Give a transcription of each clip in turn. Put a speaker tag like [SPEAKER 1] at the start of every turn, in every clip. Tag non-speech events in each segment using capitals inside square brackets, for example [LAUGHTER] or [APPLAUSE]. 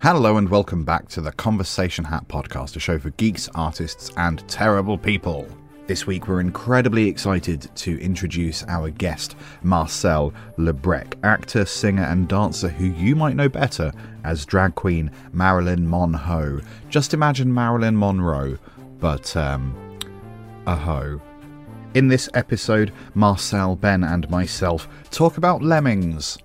[SPEAKER 1] Hello and welcome back to the Conversation Hat podcast, a show for geeks, artists, and terrible people. This week, we're incredibly excited to introduce our guest, Marcel Lebrec, actor, singer, and dancer who you might know better as drag queen Marilyn Monroe. Just imagine Marilyn Monroe, but um, a hoe. In this episode, Marcel, Ben, and myself talk about lemmings.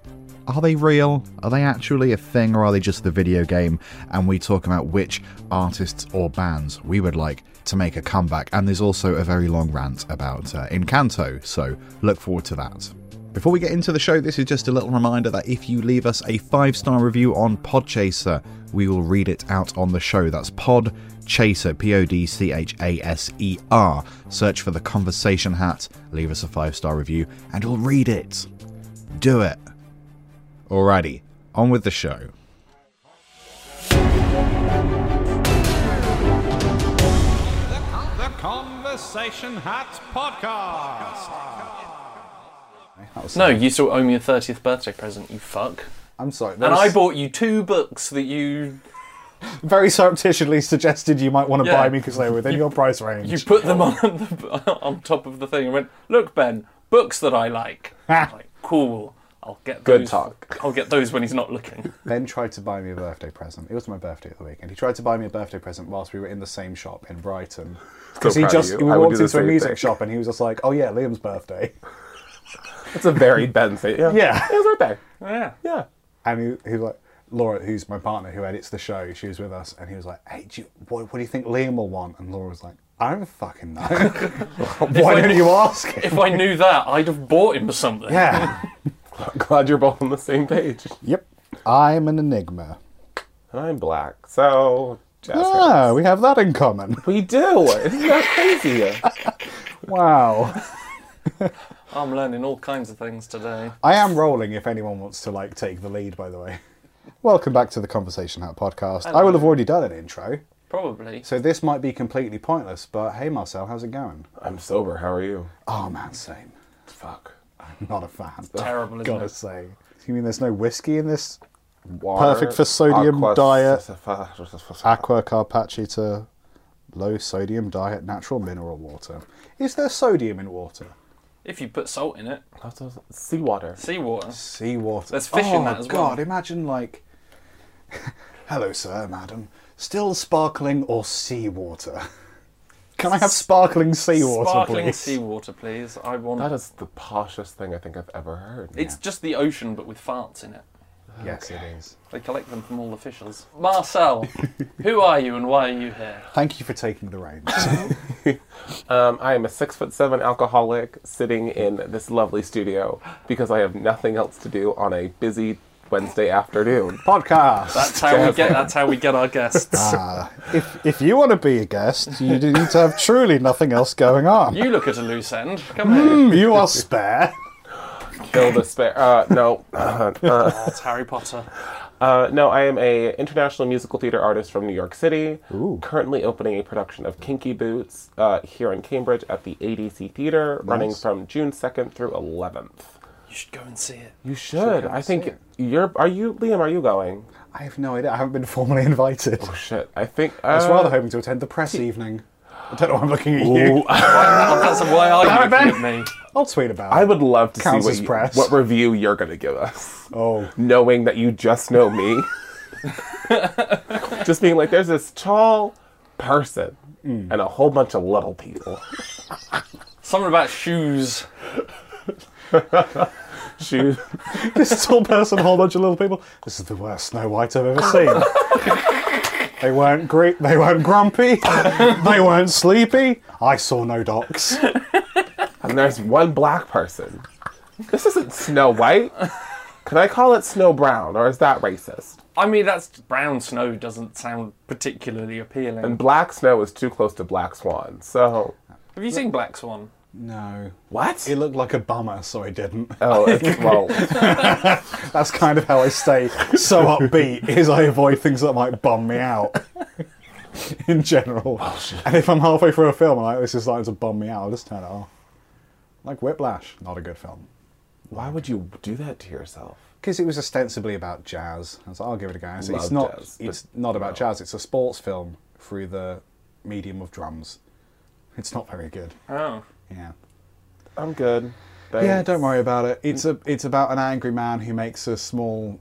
[SPEAKER 1] Are they real? Are they actually a thing or are they just the video game? And we talk about which artists or bands we would like to make a comeback. And there's also a very long rant about uh, Encanto, so look forward to that. Before we get into the show, this is just a little reminder that if you leave us a five star review on Podchaser, we will read it out on the show. That's Pod Chaser, P O D C H A S E R. Search for the conversation hat, leave us a five star review, and we'll read it. Do it. Alrighty, on with the show.
[SPEAKER 2] The Conversation Hat Podcast.
[SPEAKER 3] No, you still owe me a 30th birthday present, you fuck.
[SPEAKER 4] I'm sorry.
[SPEAKER 3] And
[SPEAKER 4] that
[SPEAKER 3] I
[SPEAKER 4] was
[SPEAKER 3] bought you two books that you
[SPEAKER 4] very surreptitiously suggested you might want to
[SPEAKER 3] Yeah.
[SPEAKER 4] buy me because they were within your price range.
[SPEAKER 3] you put them on [LAUGHS] the, on top of the thing and went, "Look, Ben, books that I
[SPEAKER 4] [LAUGHS]
[SPEAKER 3] like." I was like, cool. I'll get those.
[SPEAKER 4] Good talk.
[SPEAKER 3] I'll get those when he's not looking.
[SPEAKER 4] Ben tried to buy me a birthday present. It was my birthday at the weekend. He tried to buy me a birthday present whilst we were in the same shop in
[SPEAKER 5] [LAUGHS]
[SPEAKER 4] Brighton. Because he
[SPEAKER 5] proud of
[SPEAKER 4] just
[SPEAKER 5] you.
[SPEAKER 4] we
[SPEAKER 5] I would
[SPEAKER 4] walked
[SPEAKER 5] do the
[SPEAKER 4] into a
[SPEAKER 5] same
[SPEAKER 4] music
[SPEAKER 5] thing.
[SPEAKER 4] shop and he was just like, "Oh yeah, Liam's birthday."
[SPEAKER 5] It's a very Ben thing.
[SPEAKER 4] [LAUGHS]
[SPEAKER 5] Yeah.
[SPEAKER 4] [LAUGHS] Yeah.
[SPEAKER 5] It was right there.
[SPEAKER 3] Yeah.
[SPEAKER 5] [LAUGHS] Yeah.
[SPEAKER 4] And he, he was like, Laura, who's my partner who edits the show, she was with us, and he was like, "Hey, do you, what, what do you think Liam will want?" And Laura was like, "I don't
[SPEAKER 5] [LAUGHS]
[SPEAKER 4] fucking know. [LAUGHS] Why
[SPEAKER 3] I-
[SPEAKER 4] don't you ask?" him?"
[SPEAKER 3] If I knew that, I'd have bought him something.
[SPEAKER 4] Yeah.
[SPEAKER 5] [LAUGHS] Glad you're both on the same page.
[SPEAKER 4] yep. I'm an enigma.
[SPEAKER 5] And I'm black, so. Jazz
[SPEAKER 4] Ah,
[SPEAKER 5] hands.
[SPEAKER 4] we have that in common.
[SPEAKER 5] we do. Isn't that crazy? [LAUGHS]
[SPEAKER 4] Wow.
[SPEAKER 3] I'm learning all kinds of things today.
[SPEAKER 4] I am rolling if anyone wants to like take the lead by the way. [LAUGHS] Welcome back to the Conversation Hat podcast. I will have already done an intro,
[SPEAKER 3] Probably.
[SPEAKER 4] so this might be completely pointless, but hey Marcel, how's it going?
[SPEAKER 5] I'm sober. How are you?
[SPEAKER 4] Oh man, same.
[SPEAKER 5] Fuck.
[SPEAKER 4] I'm not a fan. [LAUGHS]
[SPEAKER 3] Terrible, isn't
[SPEAKER 4] Gotta
[SPEAKER 3] it?
[SPEAKER 4] say. You mean there's no whiskey in this
[SPEAKER 5] Water,
[SPEAKER 4] Perfect for sodium
[SPEAKER 5] aqua-
[SPEAKER 4] diet. aqua carpaccio low sodium diet natural mineral water? Is there sodium in water?
[SPEAKER 3] If you put salt in it,
[SPEAKER 5] Also, Seawater.
[SPEAKER 3] seawater.
[SPEAKER 4] seawater.
[SPEAKER 3] There's fish
[SPEAKER 4] oh,
[SPEAKER 3] in that as well.
[SPEAKER 4] God, imagine like, [LAUGHS] hello, sir, madam, still sparkling or seawater? [LAUGHS] Can I have sparkling seawater,
[SPEAKER 3] Sparkling
[SPEAKER 4] please?
[SPEAKER 3] seawater, please. I want.
[SPEAKER 5] That is the poshest thing I think I've ever heard.
[SPEAKER 3] It's just the ocean, but with farts in it.
[SPEAKER 4] yes, it
[SPEAKER 5] Okay.
[SPEAKER 4] is.
[SPEAKER 3] They collect them from all the fishers.
[SPEAKER 4] [LAUGHS]
[SPEAKER 3] Marcel, who are you and why are you here?
[SPEAKER 4] Thank you for taking the reins. [LAUGHS]
[SPEAKER 5] Um, I am a six foot seven alcoholic sitting in this lovely studio because I have nothing else to do on a busy Wednesday afternoon.
[SPEAKER 4] Podcast.
[SPEAKER 3] That's how we get. That's how we get our guests.
[SPEAKER 4] Ah, if if you want to be a guest, you do need to have truly nothing else going on.
[SPEAKER 3] You look at a loose end. Come here.
[SPEAKER 4] Hmm, [LAUGHS] you are spare.
[SPEAKER 5] Kill the spare. Uh, no,
[SPEAKER 3] That's Harry Potter.
[SPEAKER 5] Uh, no, I am a international musical theater artist from New York City. Currently opening a production of Kinky Boots uh, here in Cambridge at the ADC Theater, running from June second through eleventh.
[SPEAKER 3] You should go and see it.
[SPEAKER 5] You should. I think you're. Are you Liam? Are you going?
[SPEAKER 4] I have no idea. I haven't been formally invited.
[SPEAKER 5] Oh shit! I think. Uh,
[SPEAKER 4] I was rather hoping to attend the press evening. I don't know why I'm looking at you.
[SPEAKER 5] Ooh,
[SPEAKER 3] Oh, that's why are you looking at me?
[SPEAKER 4] I'll tweet about it.
[SPEAKER 5] I would love to see
[SPEAKER 4] Counts as
[SPEAKER 5] what, you-
[SPEAKER 4] press.
[SPEAKER 5] what review you're going to give us,
[SPEAKER 4] oh,
[SPEAKER 5] knowing that you just know me.
[SPEAKER 4] [LAUGHS]
[SPEAKER 5] just being like, there's this tall person
[SPEAKER 4] Mm.
[SPEAKER 5] and a whole bunch of little people.
[SPEAKER 3] Something about shoes.
[SPEAKER 5] Shoot.
[SPEAKER 4] this tall person, a whole bunch of little people. This is the worst Snow White I've ever seen. they weren't great. They weren't grumpy. they weren't sleepy. I saw no docs.
[SPEAKER 5] And there's one black person. This isn't Snow White. Can I call it Snow Brown, or is that racist?
[SPEAKER 3] I mean, that's brown snow. Doesn't sound particularly appealing.
[SPEAKER 5] And black snow is too close to black swan, so.
[SPEAKER 3] Have you seen Black Swan?
[SPEAKER 4] No.
[SPEAKER 5] What?
[SPEAKER 4] It looked like a bummer, so I didn't.
[SPEAKER 5] Oh,
[SPEAKER 4] [LAUGHS]
[SPEAKER 5] it's, well,
[SPEAKER 4] That's kind of how I stay so upbeat. Is I avoid things that might bum me out. In general, and if I'm halfway through a film and like this is starting to bum me out, I'll just turn it off. Like Whiplash, not a good film.
[SPEAKER 5] why would you do that to yourself?
[SPEAKER 4] because it was ostensibly about jazz. I was like, I'll give it a go. I said, it's
[SPEAKER 5] Love
[SPEAKER 4] not.
[SPEAKER 5] jazz, but
[SPEAKER 4] it's not about jazz. It's a sports film through the medium of drums. It's not very good.
[SPEAKER 3] Oh.
[SPEAKER 4] Yeah.
[SPEAKER 5] I'm good. Thanks.
[SPEAKER 4] Yeah, don't worry about it. It's a it's about an angry man who makes a small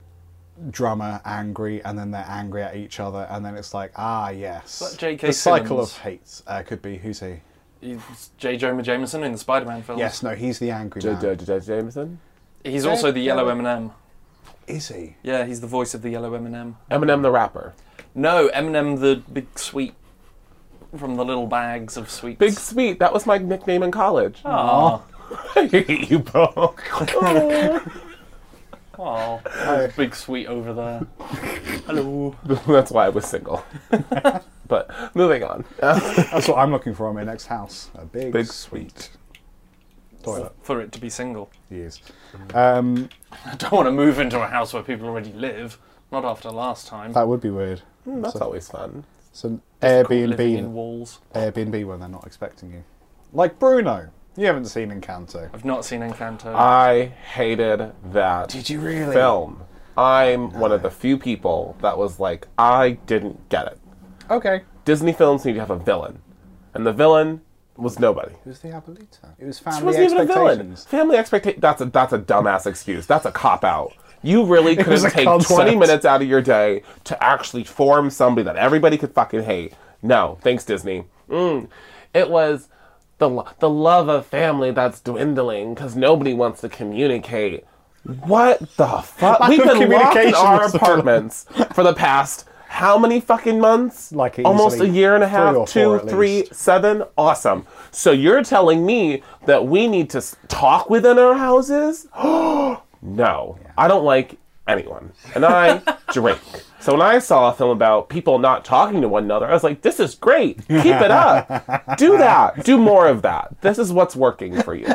[SPEAKER 4] drummer angry, and then they're angry at each other, and then it's like, ah, yes,
[SPEAKER 3] that J.K.
[SPEAKER 4] the cycle
[SPEAKER 3] Simmons?
[SPEAKER 4] of hate uh, could be who's he?
[SPEAKER 3] He's J. Jonah Jameson in the Spider Man films.
[SPEAKER 4] Yes, no, he's the angry
[SPEAKER 5] Oh. J-
[SPEAKER 4] man.
[SPEAKER 5] J- J- J- Jameson.
[SPEAKER 3] He's also the yellow Eminem.
[SPEAKER 4] Is he?
[SPEAKER 3] Yeah, he's the voice of the yellow Eminem.
[SPEAKER 5] Eminem the rapper.
[SPEAKER 3] No, Eminem the big sweet from the little bags of sweets. Ah,
[SPEAKER 5] Big Sweet. That was my nickname in college.
[SPEAKER 3] Aw.
[SPEAKER 4] [LAUGHS]
[SPEAKER 5] I hate you, bro.
[SPEAKER 3] Aw. Big sweet over there. Hello.
[SPEAKER 5] [LAUGHS] That's why I was single. [LAUGHS] but moving on.
[SPEAKER 4] That's what I'm looking for on my next house. A big,
[SPEAKER 5] Big
[SPEAKER 4] sweet toilet.
[SPEAKER 3] For it to be single.
[SPEAKER 4] Yes. Um,
[SPEAKER 3] I don't want to move into a house where people already live. Not after last time.
[SPEAKER 4] that would be weird.
[SPEAKER 5] Hmm, That's always fun.
[SPEAKER 4] It's an
[SPEAKER 3] Living
[SPEAKER 4] Airbnb.
[SPEAKER 3] in walls.
[SPEAKER 4] Airbnb when they're not expecting you. Like Bruno. You haven't seen Encanto.
[SPEAKER 3] I've not seen Encanto.
[SPEAKER 5] Ah. I hated that
[SPEAKER 4] Did you really?
[SPEAKER 5] film. I'm one of the few people that was like, I didn't get it.
[SPEAKER 4] Okay.
[SPEAKER 5] Disney films need to have a villain, and the villain was nobody.
[SPEAKER 4] It was the Abuelita. It was
[SPEAKER 5] She
[SPEAKER 4] family
[SPEAKER 5] wasn't even a villain.
[SPEAKER 4] expectations.
[SPEAKER 5] Family expectation. That's a that's a dumbass excuse. That's a cop out.
[SPEAKER 4] [LAUGHS]
[SPEAKER 5] You really
[SPEAKER 4] was
[SPEAKER 5] couldn't
[SPEAKER 4] a
[SPEAKER 5] take
[SPEAKER 4] concept.
[SPEAKER 5] 20 minutes out of your day to actually form somebody that everybody could fucking hate. No, thanks Disney. Mm. It was the lo- the love of family that's dwindling because nobody wants to communicate. What the fuck? We've
[SPEAKER 4] of
[SPEAKER 5] been locked in
[SPEAKER 4] communication
[SPEAKER 5] our
[SPEAKER 4] was the problem.
[SPEAKER 5] apartments for the past how many fucking months?
[SPEAKER 4] Like
[SPEAKER 5] almost a
[SPEAKER 4] easily
[SPEAKER 5] year and a
[SPEAKER 4] three or
[SPEAKER 5] half,
[SPEAKER 4] four
[SPEAKER 5] two,
[SPEAKER 4] at
[SPEAKER 5] three,
[SPEAKER 4] least.
[SPEAKER 5] seven. Awesome. So you're telling me that we need to s- talk within our houses? [GASPS] no, I don't like anyone, and I
[SPEAKER 4] [LAUGHS]
[SPEAKER 5] drink. So when I saw a film about people not talking to one another, I was like, "This is great. Keep it up. Do that. Do more of that. This is what's working for you."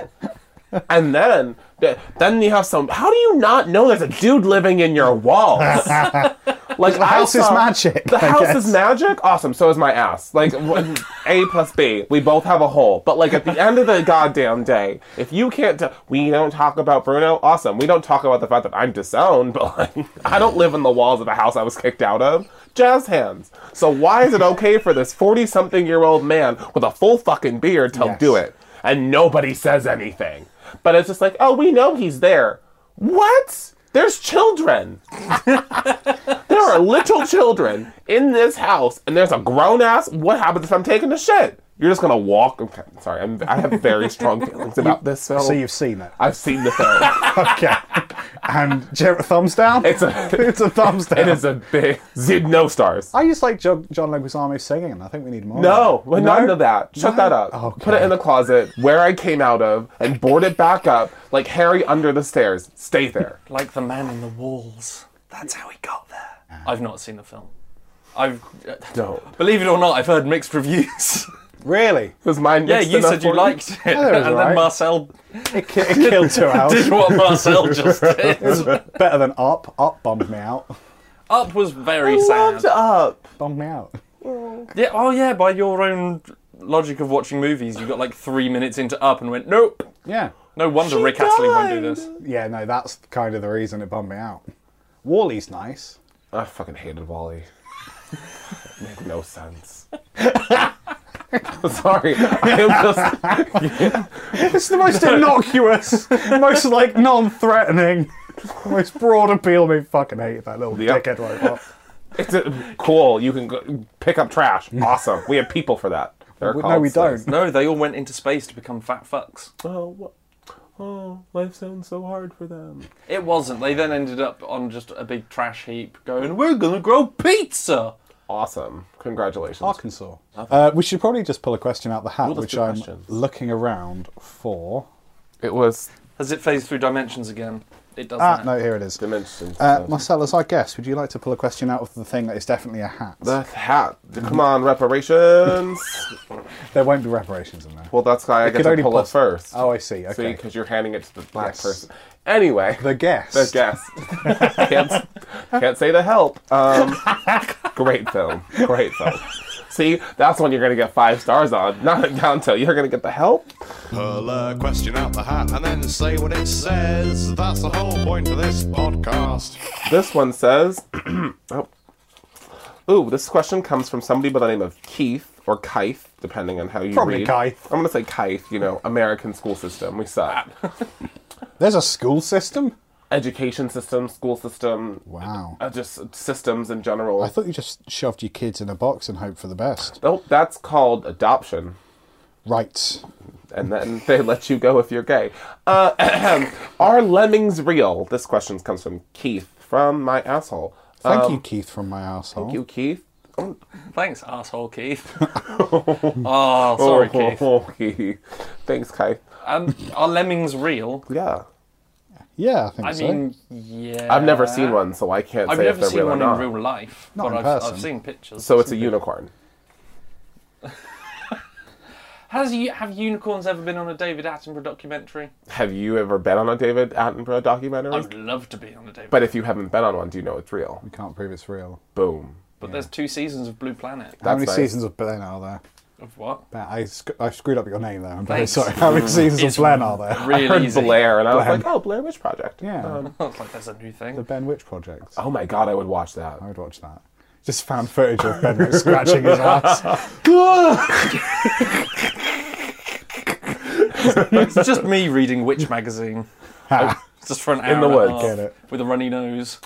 [SPEAKER 5] And then, th- then you have some. How do you not know there's a dude living in your walls?
[SPEAKER 4] [LAUGHS]
[SPEAKER 5] Like the
[SPEAKER 4] house is magic,
[SPEAKER 5] The
[SPEAKER 4] I
[SPEAKER 5] house
[SPEAKER 4] guess.
[SPEAKER 5] is magic. Awesome. So is my ass. Like w- A plus B. We both have a hole. But like at the end of the goddamn day, if you can't, t- we don't talk about Bruno. Awesome. We don't talk about the fact that I'm disowned. [LAUGHS] But like, I don't live in the walls of a house I was kicked out of. Jazz hands. So why is it okay for this forty-something-year-old man with a full fucking beard to
[SPEAKER 4] Yes.
[SPEAKER 5] do it, and nobody says anything? But it's just like, oh, we know he's there. What? There's children. There are little children in this house, and there's a grown ass. What happens if I'm taking a shit? You're just gonna walk. Okay, sorry. I'm, I have
[SPEAKER 4] [LAUGHS]
[SPEAKER 5] very strong feelings about this film.
[SPEAKER 4] So you've seen it. [LAUGHS]
[SPEAKER 5] I've seen the film.
[SPEAKER 4] Okay. and Ger- thumbs down?
[SPEAKER 5] [LAUGHS] It's a-
[SPEAKER 4] [LAUGHS] it's a thumbs down.
[SPEAKER 5] [LAUGHS] it is a big zid no stars.
[SPEAKER 4] I just like John, John Leguizamo singing, and I think we need more.
[SPEAKER 5] No,
[SPEAKER 4] of that.
[SPEAKER 5] but none of that. Shut that up.
[SPEAKER 4] Okay.
[SPEAKER 5] Put it in the closet where I came out of, and board it back up like Harry under the stairs. Stay there.
[SPEAKER 3] like the man in the walls. That's how he got there. I've not seen the film. I've [LAUGHS]
[SPEAKER 5] Don't.
[SPEAKER 3] believe it or not, I've heard mixed reviews. [LAUGHS]
[SPEAKER 4] Really?
[SPEAKER 5] Was mine?
[SPEAKER 3] yeah,
[SPEAKER 5] mixed
[SPEAKER 3] you
[SPEAKER 5] enough
[SPEAKER 3] said you
[SPEAKER 5] for
[SPEAKER 3] liked it,
[SPEAKER 4] that was
[SPEAKER 3] and
[SPEAKER 4] alright.
[SPEAKER 3] then Marcel
[SPEAKER 4] It,
[SPEAKER 5] [LAUGHS]
[SPEAKER 4] ki- it killed two hours.
[SPEAKER 3] did what Marcel just did.
[SPEAKER 4] Better than Up. Up bummed me out.
[SPEAKER 3] Up was very
[SPEAKER 5] I
[SPEAKER 3] sad.
[SPEAKER 5] loved up.
[SPEAKER 4] Bummed me out.
[SPEAKER 3] Yeah. Oh yeah. By your own logic of watching movies, you got like three minutes into Up and went, nope.
[SPEAKER 4] Yeah.
[SPEAKER 3] No wonder Rick Astley won't do this.
[SPEAKER 4] Yeah, no, that's kind of the reason it bummed me out. Wally's nice. [LAUGHS]
[SPEAKER 5] I fucking hated Wally. it made
[SPEAKER 4] [LAUGHS]
[SPEAKER 5] no sense. [LAUGHS] Sorry, I am just.
[SPEAKER 4] It's the most [LAUGHS] innocuous, most like non-threatening, [LAUGHS] most broad appeal. Me fucking hate that little
[SPEAKER 5] Yep.
[SPEAKER 4] dickhead robot.
[SPEAKER 5] It's a, cool. You can go, pick up trash. Awesome. We have people for that. They're
[SPEAKER 4] We- no,
[SPEAKER 5] called
[SPEAKER 4] we
[SPEAKER 5] slaves.
[SPEAKER 3] [LAUGHS]
[SPEAKER 4] don't.
[SPEAKER 3] No, they all went into space to become fat fucks.
[SPEAKER 5] Oh, what? oh, life sounds so hard for them.
[SPEAKER 3] It wasn't. They then ended up on just a big trash heap, going, "We're gonna grow pizza."
[SPEAKER 5] Awesome. Congratulations.
[SPEAKER 4] Arkansas. Uh, we should probably just pull a question out the hat,
[SPEAKER 5] Ooh, let's
[SPEAKER 4] which
[SPEAKER 5] do
[SPEAKER 4] I'm
[SPEAKER 5] questions.
[SPEAKER 4] looking around for.
[SPEAKER 5] It was
[SPEAKER 3] Has it phased through dimensions again? It does
[SPEAKER 4] Ah,
[SPEAKER 3] not.
[SPEAKER 4] no, here it is.
[SPEAKER 5] dimensions.
[SPEAKER 4] Uh, Marcel, as I guess, would you like to pull a question out of the thing that is definitely a hat?
[SPEAKER 5] the hat. Come on, reparations.
[SPEAKER 4] There won't be reparations in there.
[SPEAKER 5] well, that's why I get
[SPEAKER 4] could
[SPEAKER 5] to
[SPEAKER 4] only
[SPEAKER 5] pull
[SPEAKER 4] pos-
[SPEAKER 5] it first.
[SPEAKER 4] Oh, I see.
[SPEAKER 5] See,
[SPEAKER 4] Okay.
[SPEAKER 5] because you're handing it to the black
[SPEAKER 4] Yes.
[SPEAKER 5] person. Anyway.
[SPEAKER 4] the guest.
[SPEAKER 5] The
[SPEAKER 4] [LAUGHS]
[SPEAKER 5] guest. can't, can't say the help. Um, great film. Great film. See, that's one you're going to get five stars on. Not a down till you're going to get the help.
[SPEAKER 2] Pull a question out the hat and then say what it says. That's the whole point of this podcast.
[SPEAKER 5] This one says, [CLEARS THROAT] oh, ooh, this question comes from somebody by the name of Keith or Keith, depending on how you
[SPEAKER 4] Probably
[SPEAKER 5] read.
[SPEAKER 4] Keith.
[SPEAKER 5] I'm gonna say Keith. You know, American school system. We suck.
[SPEAKER 4] Ah. There's a school system?
[SPEAKER 5] Education system, school system,
[SPEAKER 4] Wow.
[SPEAKER 5] uh, just systems in general.
[SPEAKER 4] I thought you just shoved your kids in a box and hoped for the best.
[SPEAKER 5] oh, that's called adoption.
[SPEAKER 4] Right.
[SPEAKER 5] and then [LAUGHS] they let you go if you're gay. Uh, [CLEARS THROAT] ahem. are lemmings real? This question comes from Keith from my asshole. Um,
[SPEAKER 4] Thank you, Keith, from my asshole.
[SPEAKER 5] Uh, Thank you, Keith.
[SPEAKER 3] Thanks, asshole Keith.
[SPEAKER 4] [LAUGHS]
[SPEAKER 3] oh, sorry, Keith.
[SPEAKER 5] Oh, [LAUGHS] Keith. Thanks, Keith.
[SPEAKER 3] Um, are lemmings real?
[SPEAKER 5] Yeah,
[SPEAKER 4] Yeah, I think
[SPEAKER 3] I
[SPEAKER 4] so.
[SPEAKER 3] mean, yeah.
[SPEAKER 5] I've never seen one, so I can't
[SPEAKER 3] Uh, I've
[SPEAKER 5] say if
[SPEAKER 3] never
[SPEAKER 5] they're
[SPEAKER 3] seen
[SPEAKER 5] real or
[SPEAKER 3] one in
[SPEAKER 5] not.
[SPEAKER 3] real life,
[SPEAKER 4] Not
[SPEAKER 3] but
[SPEAKER 4] in
[SPEAKER 3] I've,
[SPEAKER 4] person.
[SPEAKER 3] I've seen pictures.
[SPEAKER 5] So it's a unicorn.
[SPEAKER 3] Has you have unicorns ever been on a David Attenborough documentary?
[SPEAKER 5] Have you ever been on a David Attenborough documentary?
[SPEAKER 3] I would love to be on a David.
[SPEAKER 5] but if you haven't been on one, do you know it's real?
[SPEAKER 4] we can't prove it's real.
[SPEAKER 5] Boom.
[SPEAKER 3] but there's two seasons of Blue Planet.
[SPEAKER 4] How many
[SPEAKER 5] nice.
[SPEAKER 4] seasons of Blaine are there?
[SPEAKER 3] Of what?
[SPEAKER 4] Ben, I, sc- I screwed up your name there. I'm very
[SPEAKER 3] Thanks.
[SPEAKER 4] sorry. How
[SPEAKER 5] [LAUGHS]
[SPEAKER 4] many seasons of
[SPEAKER 3] It's
[SPEAKER 4] Blaine are there?
[SPEAKER 3] [LAUGHS] Really
[SPEAKER 5] I heard
[SPEAKER 3] easy.
[SPEAKER 5] Blair, and I was like, oh, Blair Witch Project.
[SPEAKER 4] Yeah.
[SPEAKER 5] Um,
[SPEAKER 3] I was like, there's a new
[SPEAKER 4] The
[SPEAKER 3] thing.
[SPEAKER 4] Ben Witch Project.
[SPEAKER 5] oh my god, I would watch that.
[SPEAKER 4] I would watch that. Just found footage of [LAUGHS] Ben Witch scratching his ass. [LAUGHS]
[SPEAKER 3] it's
[SPEAKER 5] [LAUGHS]
[SPEAKER 3] just me reading Witch magazine. just for an hour
[SPEAKER 5] the
[SPEAKER 3] and a
[SPEAKER 5] woods.
[SPEAKER 3] half,
[SPEAKER 4] Get it.
[SPEAKER 3] with a runny nose.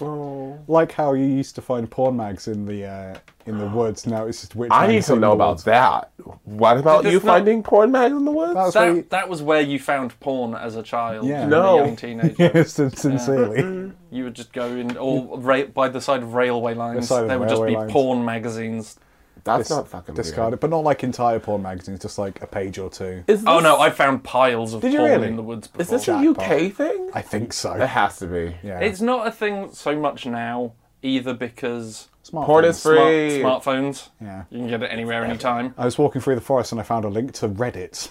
[SPEAKER 4] like how you used to find porn mags in the uh, in the woods. Now it's just witch.
[SPEAKER 5] I need
[SPEAKER 4] mags
[SPEAKER 5] to
[SPEAKER 4] in the
[SPEAKER 5] know about
[SPEAKER 4] woods.
[SPEAKER 5] that. What about
[SPEAKER 3] There's
[SPEAKER 5] you
[SPEAKER 3] not-
[SPEAKER 5] finding porn mags in the woods?
[SPEAKER 4] That was
[SPEAKER 3] That,
[SPEAKER 4] really-
[SPEAKER 3] that was where you found porn as a child.
[SPEAKER 4] Yeah.
[SPEAKER 3] and
[SPEAKER 5] No.
[SPEAKER 3] A young teenager.
[SPEAKER 5] [LAUGHS]
[SPEAKER 4] [LAUGHS] Yes, sin- sincerely.
[SPEAKER 3] You would just go in, or ra- by the side of railway lines.
[SPEAKER 4] side of
[SPEAKER 3] there would just
[SPEAKER 4] railway
[SPEAKER 3] be
[SPEAKER 4] lines.
[SPEAKER 3] porn magazines.
[SPEAKER 5] That's not fucking
[SPEAKER 4] Discarded, but not like entire porn magazines, just like a page or two.
[SPEAKER 5] Weird. Is
[SPEAKER 3] Oh no, I found piles of
[SPEAKER 5] you
[SPEAKER 3] porn
[SPEAKER 5] really?
[SPEAKER 3] in the woods before.
[SPEAKER 5] is this
[SPEAKER 4] Jackpot.
[SPEAKER 5] a UK thing?
[SPEAKER 4] I think so.
[SPEAKER 5] [LAUGHS] It has to be.
[SPEAKER 4] yeah.
[SPEAKER 3] It's not a thing so much now either because
[SPEAKER 4] Smartphones.
[SPEAKER 5] Porn is
[SPEAKER 3] smart,
[SPEAKER 5] free.
[SPEAKER 3] smartphones.
[SPEAKER 4] Yeah.
[SPEAKER 3] You can get it anywhere, anytime.
[SPEAKER 4] I was walking through the forest and I found a link to Reddit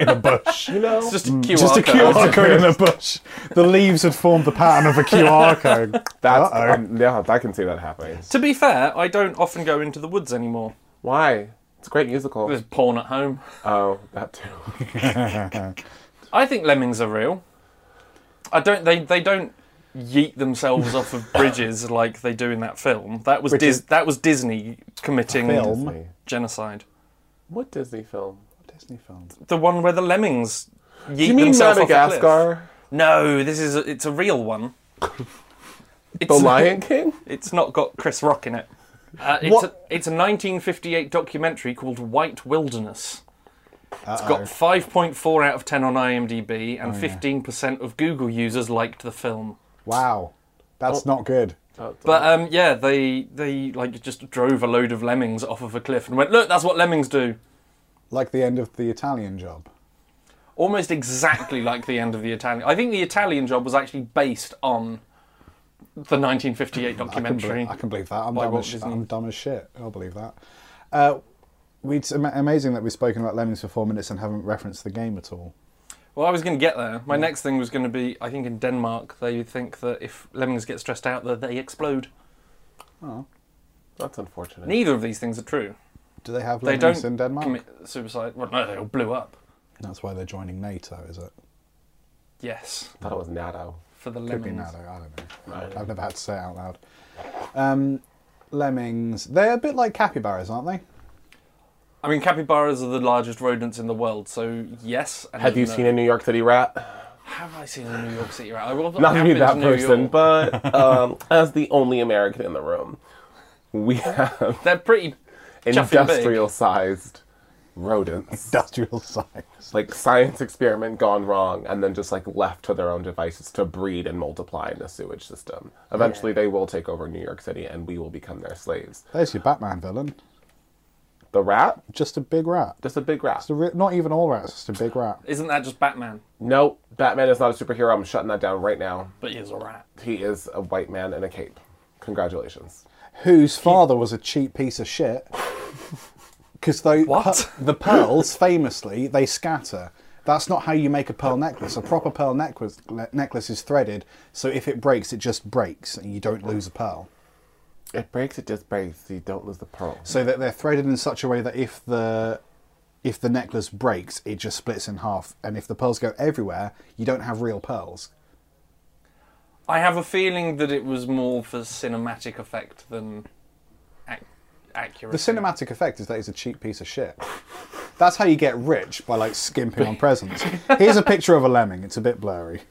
[SPEAKER 4] [LAUGHS] in a bush.
[SPEAKER 5] You know,
[SPEAKER 3] It's just a QR
[SPEAKER 4] Mm. Just a
[SPEAKER 3] code.
[SPEAKER 4] QR code in a bush. The leaves had formed the pattern of a QR code.
[SPEAKER 5] that's
[SPEAKER 4] Uh-oh.
[SPEAKER 5] um, yeah, I can see that happening.
[SPEAKER 3] To be fair, I don't often go into the woods anymore.
[SPEAKER 5] Why? It's a great musical.
[SPEAKER 3] There's porn at home.
[SPEAKER 5] Oh, that too.
[SPEAKER 4] [LAUGHS]
[SPEAKER 3] I think lemmings are real. I don't. They they don't yeet themselves off
[SPEAKER 4] [LAUGHS]
[SPEAKER 3] of bridges like they do in that film. That was
[SPEAKER 4] Which
[SPEAKER 3] Dis-
[SPEAKER 4] is-
[SPEAKER 3] that was Disney committing
[SPEAKER 4] Film.
[SPEAKER 5] Disney.
[SPEAKER 3] genocide.
[SPEAKER 5] What Disney film?
[SPEAKER 4] Disney films.
[SPEAKER 3] The one where the lemmings yeet
[SPEAKER 5] You mean
[SPEAKER 3] themselves off a cliff.
[SPEAKER 5] Madagascar?
[SPEAKER 3] No, this is a, it's a real
[SPEAKER 4] [LAUGHS]
[SPEAKER 3] one. It's [LAUGHS]
[SPEAKER 5] The Lion King?
[SPEAKER 3] It's not got Chris Rock in it. Uh, it's,
[SPEAKER 5] What?
[SPEAKER 3] a, it's a 1958 documentary called White Wilderness. It's
[SPEAKER 4] Oh.
[SPEAKER 3] got 5.4 out of 10 on IMDb, and 15% of Google users liked the film.
[SPEAKER 4] Wow. That's not good.
[SPEAKER 3] But um, yeah, they they like just drove a load of lemmings off of a cliff and went, look, that's what lemmings do.
[SPEAKER 4] Like the end of the Italian job.
[SPEAKER 3] Almost
[SPEAKER 4] [LAUGHS]
[SPEAKER 3] exactly like the end of the Italian. I think the Italian job was actually based on the 1958
[SPEAKER 4] I can, believe,
[SPEAKER 3] documentary.
[SPEAKER 4] I can believe that. I'm
[SPEAKER 3] By
[SPEAKER 4] dumb,
[SPEAKER 3] Walt
[SPEAKER 4] as, sh-
[SPEAKER 3] Disney.
[SPEAKER 4] I'm dumb as shit. I'll believe that. Uh, we it's ama- amazing that we've spoken about Lemmings for four minutes and haven't referenced the game at all.
[SPEAKER 3] Well, I was going to get there. My next thing was going to be I think in Denmark they think that if lemmings get stressed out that they explode.
[SPEAKER 5] That's unfortunate.
[SPEAKER 3] Neither of these things are true.
[SPEAKER 4] Do they have
[SPEAKER 3] They
[SPEAKER 4] lemmings
[SPEAKER 3] don't
[SPEAKER 4] in Denmark?
[SPEAKER 3] commit suicide. Well, no, they all blew up.
[SPEAKER 4] That's why they're joining NATO, is it?
[SPEAKER 3] Yes,
[SPEAKER 5] I thought it was Natto.
[SPEAKER 3] for the
[SPEAKER 4] Could be
[SPEAKER 3] lemmings.
[SPEAKER 4] NATO. I don't know.
[SPEAKER 5] I don't
[SPEAKER 4] I've never had to say it out loud. Um, lemmings. They're a bit like capybaras, aren't they? [LAUGHS]
[SPEAKER 3] I mean, capybaras are the largest rodents in the world, so yes. And
[SPEAKER 5] Have you
[SPEAKER 3] no.
[SPEAKER 5] seen a New York City rat?
[SPEAKER 3] Have I seen a New York City rat? I will
[SPEAKER 5] Not to be
[SPEAKER 3] have
[SPEAKER 5] that
[SPEAKER 3] been to New
[SPEAKER 5] person,
[SPEAKER 3] York.
[SPEAKER 4] [LAUGHS]
[SPEAKER 5] but um, as the only American in the room, we have
[SPEAKER 3] they're pretty chuffing big.
[SPEAKER 5] industrial sized rodents.
[SPEAKER 4] Industrial size.
[SPEAKER 5] like science experiment gone wrong and then just like left to their own devices to breed and multiply in the sewage system. Eventually they will take over New York City and we will become their slaves.
[SPEAKER 4] There's your Batman villain.
[SPEAKER 5] The rat?
[SPEAKER 4] Just a big rat.
[SPEAKER 5] Just a big rat.
[SPEAKER 4] Just a re- not even all rats. Just a big rat.
[SPEAKER 3] Isn't that just Batman?
[SPEAKER 5] No, Batman is not a superhero. I'm shutting that down right now.
[SPEAKER 3] But he is a rat.
[SPEAKER 5] He is a white man in a cape. Congratulations.
[SPEAKER 4] whose father was a cheap piece of shit. Because they
[SPEAKER 3] What?
[SPEAKER 4] the pearls famously they scatter. That's not how you make a pearl necklace. A proper pearl necklace necklace is threaded, so if it breaks, it just breaks, and you don't lose a pearl.
[SPEAKER 5] It breaks it just breaks, so you don't lose the pearl.
[SPEAKER 4] So that they're threaded in such a way that if the if the necklace breaks, it just splits in half, and if the pearls go everywhere, you don't have real pearls.
[SPEAKER 3] I have a feeling that it was more for cinematic effect than ac- accuracy.
[SPEAKER 4] The cinematic effect is that he's a cheap piece of shit. That's how you get rich by like skimping on presents. Here's a picture of a lemming. It's a bit blurry.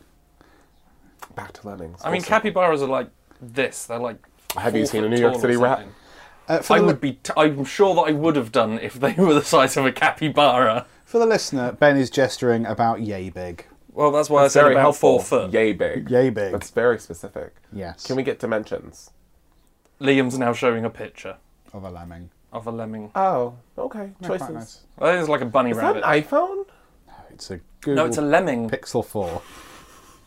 [SPEAKER 5] Back to lemmings.
[SPEAKER 3] I mean,
[SPEAKER 5] Also,
[SPEAKER 3] capybaras are like this. They're like.
[SPEAKER 5] Have
[SPEAKER 3] four
[SPEAKER 5] you seen a
[SPEAKER 3] foot
[SPEAKER 5] New York
[SPEAKER 3] tall or
[SPEAKER 5] City rat?
[SPEAKER 3] something.
[SPEAKER 4] Uh, for
[SPEAKER 3] I
[SPEAKER 4] the
[SPEAKER 3] would be. T- I'm sure that I would have done if they [LAUGHS] were the size of a capybara.
[SPEAKER 4] For the listener, Ben is gesturing about yay big.
[SPEAKER 3] Well, that's why I said about
[SPEAKER 5] helpful.
[SPEAKER 3] four foot.
[SPEAKER 5] Yay big.
[SPEAKER 4] Yay big.
[SPEAKER 5] That's very specific.
[SPEAKER 4] Yes.
[SPEAKER 5] Can we get dimensions?
[SPEAKER 3] Liam's now showing a picture
[SPEAKER 4] Of a lemming.
[SPEAKER 3] of a lemming.
[SPEAKER 5] Oh, okay.
[SPEAKER 4] Quite
[SPEAKER 5] Choices.
[SPEAKER 4] nice.
[SPEAKER 3] I think it's like a bunny
[SPEAKER 5] Is that
[SPEAKER 3] rabbit.
[SPEAKER 5] an iPhone?
[SPEAKER 4] It's a Google
[SPEAKER 3] no, it's a lemming.
[SPEAKER 4] Pixel 4.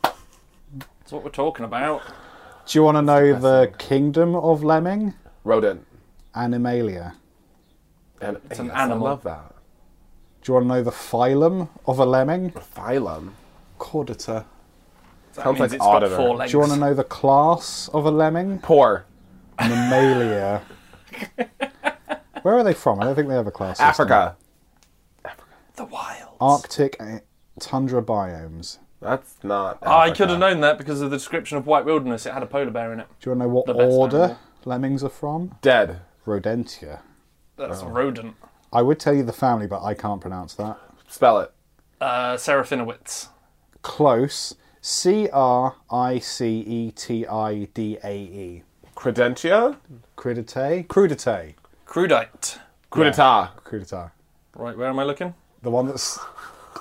[SPEAKER 3] That's what we're talking about.
[SPEAKER 4] Do you want to know the kingdom of lemming?
[SPEAKER 5] Rodent.
[SPEAKER 4] Animalia.
[SPEAKER 5] And
[SPEAKER 3] It's an
[SPEAKER 5] yes,
[SPEAKER 3] animal.
[SPEAKER 5] I love that.
[SPEAKER 4] Do you want to know the phylum of a lemming?
[SPEAKER 5] Phylum.
[SPEAKER 4] Chordata.
[SPEAKER 3] That
[SPEAKER 5] Sounds
[SPEAKER 3] means
[SPEAKER 5] like
[SPEAKER 3] it's got
[SPEAKER 5] auditor.
[SPEAKER 3] four
[SPEAKER 5] Do
[SPEAKER 3] legs.
[SPEAKER 4] Do you want to know the class of a lemming?
[SPEAKER 5] Poor.
[SPEAKER 4] Mammalia. Where are they from? I don't think they have a class. system.
[SPEAKER 5] Africa.
[SPEAKER 3] the wilds?
[SPEAKER 4] Arctic and tundra biomes.
[SPEAKER 5] That's not.
[SPEAKER 3] I
[SPEAKER 4] Oh,
[SPEAKER 5] Africa.
[SPEAKER 3] could have known that because of the description of White Wilderness. It had a polar bear in it.
[SPEAKER 4] Do you want to know what
[SPEAKER 3] The best
[SPEAKER 4] order
[SPEAKER 3] animal.
[SPEAKER 4] lemmings are from?
[SPEAKER 5] Dead.
[SPEAKER 4] Rodentia.
[SPEAKER 5] Oh.
[SPEAKER 3] That's a rodent.
[SPEAKER 4] I would tell you the family, but I can't pronounce that.
[SPEAKER 5] Spell it.
[SPEAKER 3] Uh, Serafinowitz.
[SPEAKER 4] Close. C R I C E T I D A E.
[SPEAKER 5] Credentia.
[SPEAKER 4] Crudite? Crudite.
[SPEAKER 3] Crudite.
[SPEAKER 5] Crudita.
[SPEAKER 4] Crudite.
[SPEAKER 3] Right, where am I looking?
[SPEAKER 4] The one that's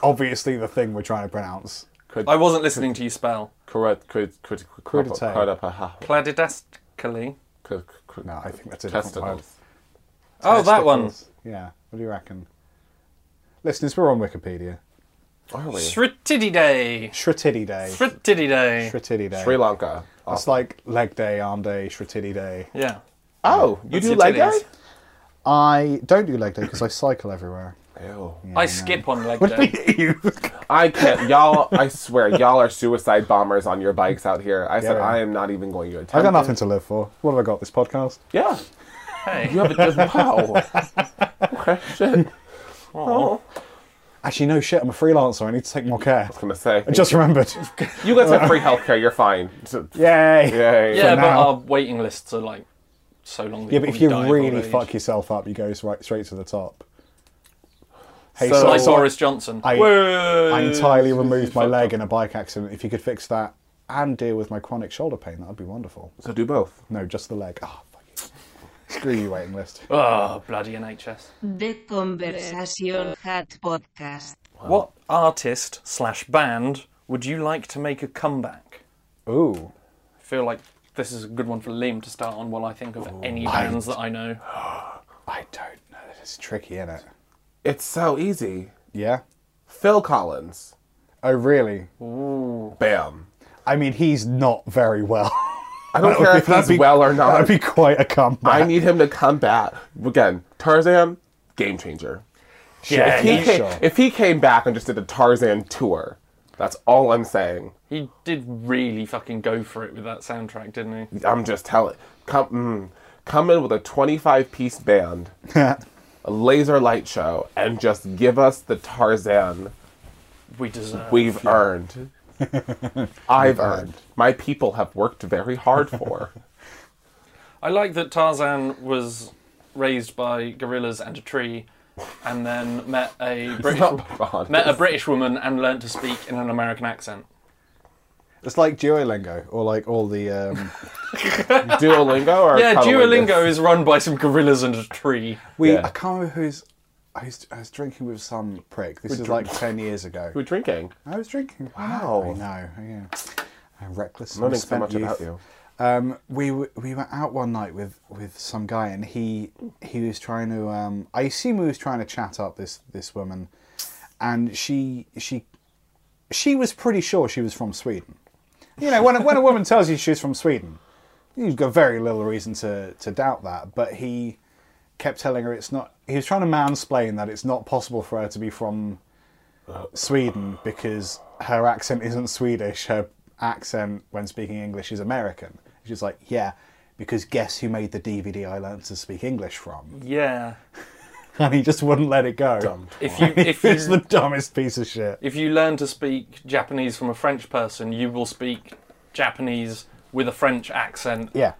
[SPEAKER 4] obviously the thing we're trying to pronounce.
[SPEAKER 3] I wasn't listening to you spell.
[SPEAKER 5] Crud. Crud. Crud.
[SPEAKER 4] Crudite.
[SPEAKER 5] Crud.
[SPEAKER 3] Cladidastically.
[SPEAKER 5] Crud.
[SPEAKER 4] No, I think that's a different word.
[SPEAKER 5] Testicles.
[SPEAKER 3] Oh, that one.
[SPEAKER 4] Testicles. Yeah. What do you reckon? Listeners, we're on Wikipedia.
[SPEAKER 5] Are we?
[SPEAKER 3] Sritididae.
[SPEAKER 4] Shritiddy Day.
[SPEAKER 3] Sritididae.
[SPEAKER 4] Shritiddy Day.
[SPEAKER 5] Sri Lanka.
[SPEAKER 4] That's like leg day, arm day, shritiddy day.
[SPEAKER 3] Yeah.
[SPEAKER 5] Oh, you
[SPEAKER 3] That's
[SPEAKER 5] do
[SPEAKER 3] your
[SPEAKER 5] leg day?
[SPEAKER 3] titties.
[SPEAKER 4] I don't do leg day because I cycle everywhere.
[SPEAKER 5] Ew.
[SPEAKER 3] I skip on leg day.
[SPEAKER 5] I can't, y'all.
[SPEAKER 4] [LAUGHS]
[SPEAKER 5] I swear, y'all are suicide bombers on your bikes out here. I said
[SPEAKER 4] yeah.
[SPEAKER 5] I am not even going to attempt.
[SPEAKER 4] I've got
[SPEAKER 5] it."
[SPEAKER 4] nothing to live for. What have I got? This podcast?
[SPEAKER 5] Yeah,
[SPEAKER 3] Hey.
[SPEAKER 5] you have it just wow. Okay, shit. Oh, I
[SPEAKER 4] Actually, no shit. I'm a freelancer. I need to take more care.
[SPEAKER 5] was gonna say.
[SPEAKER 4] I just remembered.
[SPEAKER 5] you
[SPEAKER 4] [LAUGHS]
[SPEAKER 5] guys have free healthcare. You're fine. So-
[SPEAKER 4] Yay!
[SPEAKER 5] Yay.
[SPEAKER 3] Yeah, but
[SPEAKER 4] now.
[SPEAKER 3] our waiting lists are like so long. that
[SPEAKER 4] Yeah, but if
[SPEAKER 3] probably
[SPEAKER 4] you
[SPEAKER 3] die of
[SPEAKER 4] really
[SPEAKER 3] old age.
[SPEAKER 4] fuck yourself up, you go s- right straight to the top. Hey,
[SPEAKER 5] So-
[SPEAKER 4] so,
[SPEAKER 3] like Boris Johnson.
[SPEAKER 4] I-
[SPEAKER 3] Whoa.
[SPEAKER 4] I entirely removed [LAUGHS] my leg in a bike accident. If you could fix that and deal with my chronic shoulder pain, that would be wonderful.
[SPEAKER 5] So do both.
[SPEAKER 4] No, just the leg. Ah, fuck you. Screw you, waiting list.
[SPEAKER 3] Oh, bloody NHS.
[SPEAKER 6] The Conversation Hat Podcast.
[SPEAKER 3] What artist slash band would you like to make a comeback?
[SPEAKER 4] Ooh.
[SPEAKER 3] I feel like this is a good one for Liam to start on while I think of any bands that I know.
[SPEAKER 4] I don't know. It's tricky, isn't it?
[SPEAKER 5] It's so easy.
[SPEAKER 4] Yeah?
[SPEAKER 5] Phil Collins.
[SPEAKER 4] Oh, really?
[SPEAKER 5] Bam.
[SPEAKER 4] I mean, he's not very well. [LAUGHS]
[SPEAKER 5] I don't care if he's well or
[SPEAKER 4] That'd
[SPEAKER 5] not.
[SPEAKER 4] be quite a comeback.
[SPEAKER 5] I need him to come back again. Tarzan, game changer.
[SPEAKER 3] Yeah,
[SPEAKER 5] He
[SPEAKER 3] he,
[SPEAKER 5] came-
[SPEAKER 4] sure.
[SPEAKER 5] If he came back and just did a Tarzan tour, that's all I'm saying.
[SPEAKER 3] he did really fucking go for it with that soundtrack, didn't he?
[SPEAKER 5] I'm just telling. Come, mm, come in with a 25 piece band, a laser light show, and just give us the Tarzan
[SPEAKER 3] We deserve.
[SPEAKER 5] we've earned. I've earned. My people have worked very hard for.
[SPEAKER 3] I like that Tarzan was raised by gorillas and a tree, and then met a British
[SPEAKER 4] [LAUGHS]
[SPEAKER 5] not wrong.
[SPEAKER 3] met a British woman and learnt to speak in an American accent.
[SPEAKER 4] It's like Duolingo, or like all the. [LAUGHS] Um,
[SPEAKER 5] Duolingo or
[SPEAKER 3] Yeah,
[SPEAKER 5] Cunnilingus?
[SPEAKER 3] Duolingo is run by some gorillas and a tree.
[SPEAKER 4] we
[SPEAKER 5] Yeah.
[SPEAKER 4] I can't remember who's. I was, I was drinking with some prick. This is like ten years ago.
[SPEAKER 5] We're drinking.
[SPEAKER 4] I was drinking.
[SPEAKER 5] Wow.
[SPEAKER 4] I know. Yeah. I'm reckless. I'm
[SPEAKER 5] Learning so
[SPEAKER 4] spent
[SPEAKER 5] much
[SPEAKER 4] youth.
[SPEAKER 5] about you.
[SPEAKER 4] Um, we w- we were out one night with, with some guy, and he he was trying to. Um, I assume he was trying to chat up this this woman, and she she she was pretty sure she was from Sweden. You know, when a, when a woman tells you she's from Sweden, you've got very little reason to to doubt that. But he kept telling her it's not. He was trying to mansplain that it's not possible for her to be from Sweden because her accent isn't Swedish. Her accent, when speaking English, is American. She's like, yeah, because guess who made the DVD I learned to speak English from? [LAUGHS]
[SPEAKER 3] Yeah.
[SPEAKER 4] And he just wouldn't let it go. [LAUGHS]
[SPEAKER 3] If you if
[SPEAKER 4] it's the
[SPEAKER 3] you
[SPEAKER 4] dumbest piece of shit.
[SPEAKER 3] if you learn to speak Japanese from a French person, you will speak Japanese with a French accent
[SPEAKER 4] Yeah.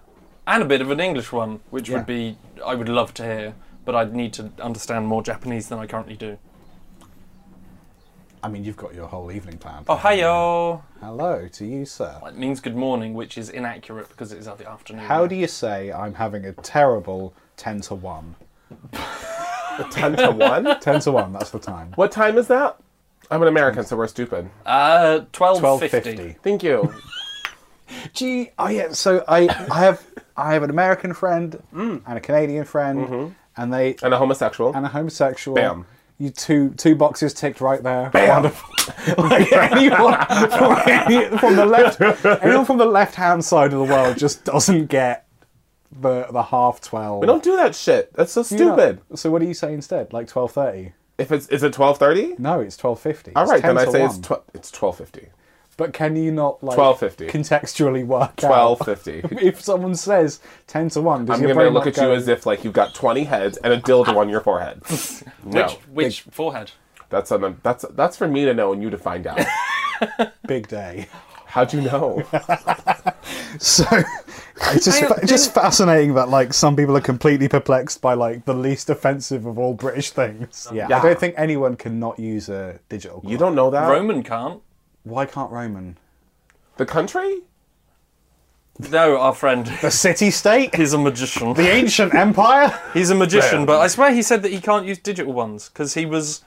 [SPEAKER 3] and a bit of an English one, which
[SPEAKER 4] Yeah.
[SPEAKER 3] would be I would love to hear, but I'd need to understand more Japanese than I currently do.
[SPEAKER 4] I mean, you've got your whole evening planned.
[SPEAKER 3] Oh hiyo.
[SPEAKER 4] Hello to you, sir.
[SPEAKER 3] It means good morning, which is inaccurate because it is the afternoon.
[SPEAKER 4] How do you say I'm having a terrible 10 to 1?
[SPEAKER 5] 10 to
[SPEAKER 3] [LAUGHS]
[SPEAKER 5] 1?
[SPEAKER 4] 10 to 1, that's the time.
[SPEAKER 5] What time is that? I'm an American, so we're stupid.
[SPEAKER 3] Uh, [LAUGHS] twelve fifty.
[SPEAKER 4] 1250.
[SPEAKER 5] Thank you.
[SPEAKER 4] Gee, oh yeah, so I, I have I have an American friend
[SPEAKER 3] Mm.
[SPEAKER 4] and a Canadian friend
[SPEAKER 3] Mm-hmm.
[SPEAKER 4] and they
[SPEAKER 5] And a homosexual.
[SPEAKER 4] and a homosexual.
[SPEAKER 5] Bam.
[SPEAKER 4] You two two boxes ticked right there.
[SPEAKER 5] [LAUGHS]
[SPEAKER 4] Wonderful. [LAUGHS] like anyone from, any, from the left, anyone from the left hand side of the world just doesn't get the the half twelve.
[SPEAKER 5] we don't do that shit. That's so
[SPEAKER 4] You know-
[SPEAKER 5] stupid.
[SPEAKER 4] So what do you say instead? Like twelve thirty?
[SPEAKER 5] If it's is it 12:30?
[SPEAKER 4] No, it's twelve fifty.
[SPEAKER 5] All right, then I say it's tw- it's 12:50.
[SPEAKER 4] But can you not like
[SPEAKER 5] 12:50.
[SPEAKER 4] contextually work
[SPEAKER 3] [LAUGHS]
[SPEAKER 4] out? [LAUGHS]
[SPEAKER 5] 12:50.
[SPEAKER 4] If someone says ten to one, does
[SPEAKER 5] I'm
[SPEAKER 4] your
[SPEAKER 5] going to
[SPEAKER 4] brain
[SPEAKER 5] look
[SPEAKER 4] not
[SPEAKER 5] at
[SPEAKER 4] go,
[SPEAKER 5] you as if like you've got 20 heads and a dildo on your forehead. No.
[SPEAKER 3] [LAUGHS] Which which forehead?
[SPEAKER 5] That's on that's that's for me to know and you to
[SPEAKER 3] [LAUGHS]
[SPEAKER 5] find out.
[SPEAKER 4] big day?
[SPEAKER 5] How'd you know?
[SPEAKER 4] So [LAUGHS] it's just
[SPEAKER 3] I
[SPEAKER 4] fa- just fascinating that like some people are completely perplexed by like the least offensive of all British things. Yeah, I
[SPEAKER 5] Yeah.
[SPEAKER 4] don't think anyone can not use a digital.
[SPEAKER 5] You don't know that?
[SPEAKER 3] Roman can't.
[SPEAKER 4] Why can't Roman?
[SPEAKER 5] The country?
[SPEAKER 3] No, our friend.
[SPEAKER 4] [LAUGHS] The city state,
[SPEAKER 3] He's a magician.
[SPEAKER 4] the ancient [LAUGHS] empire.
[SPEAKER 3] He's a magician, but I swear he said that he can't use digital ones because he was.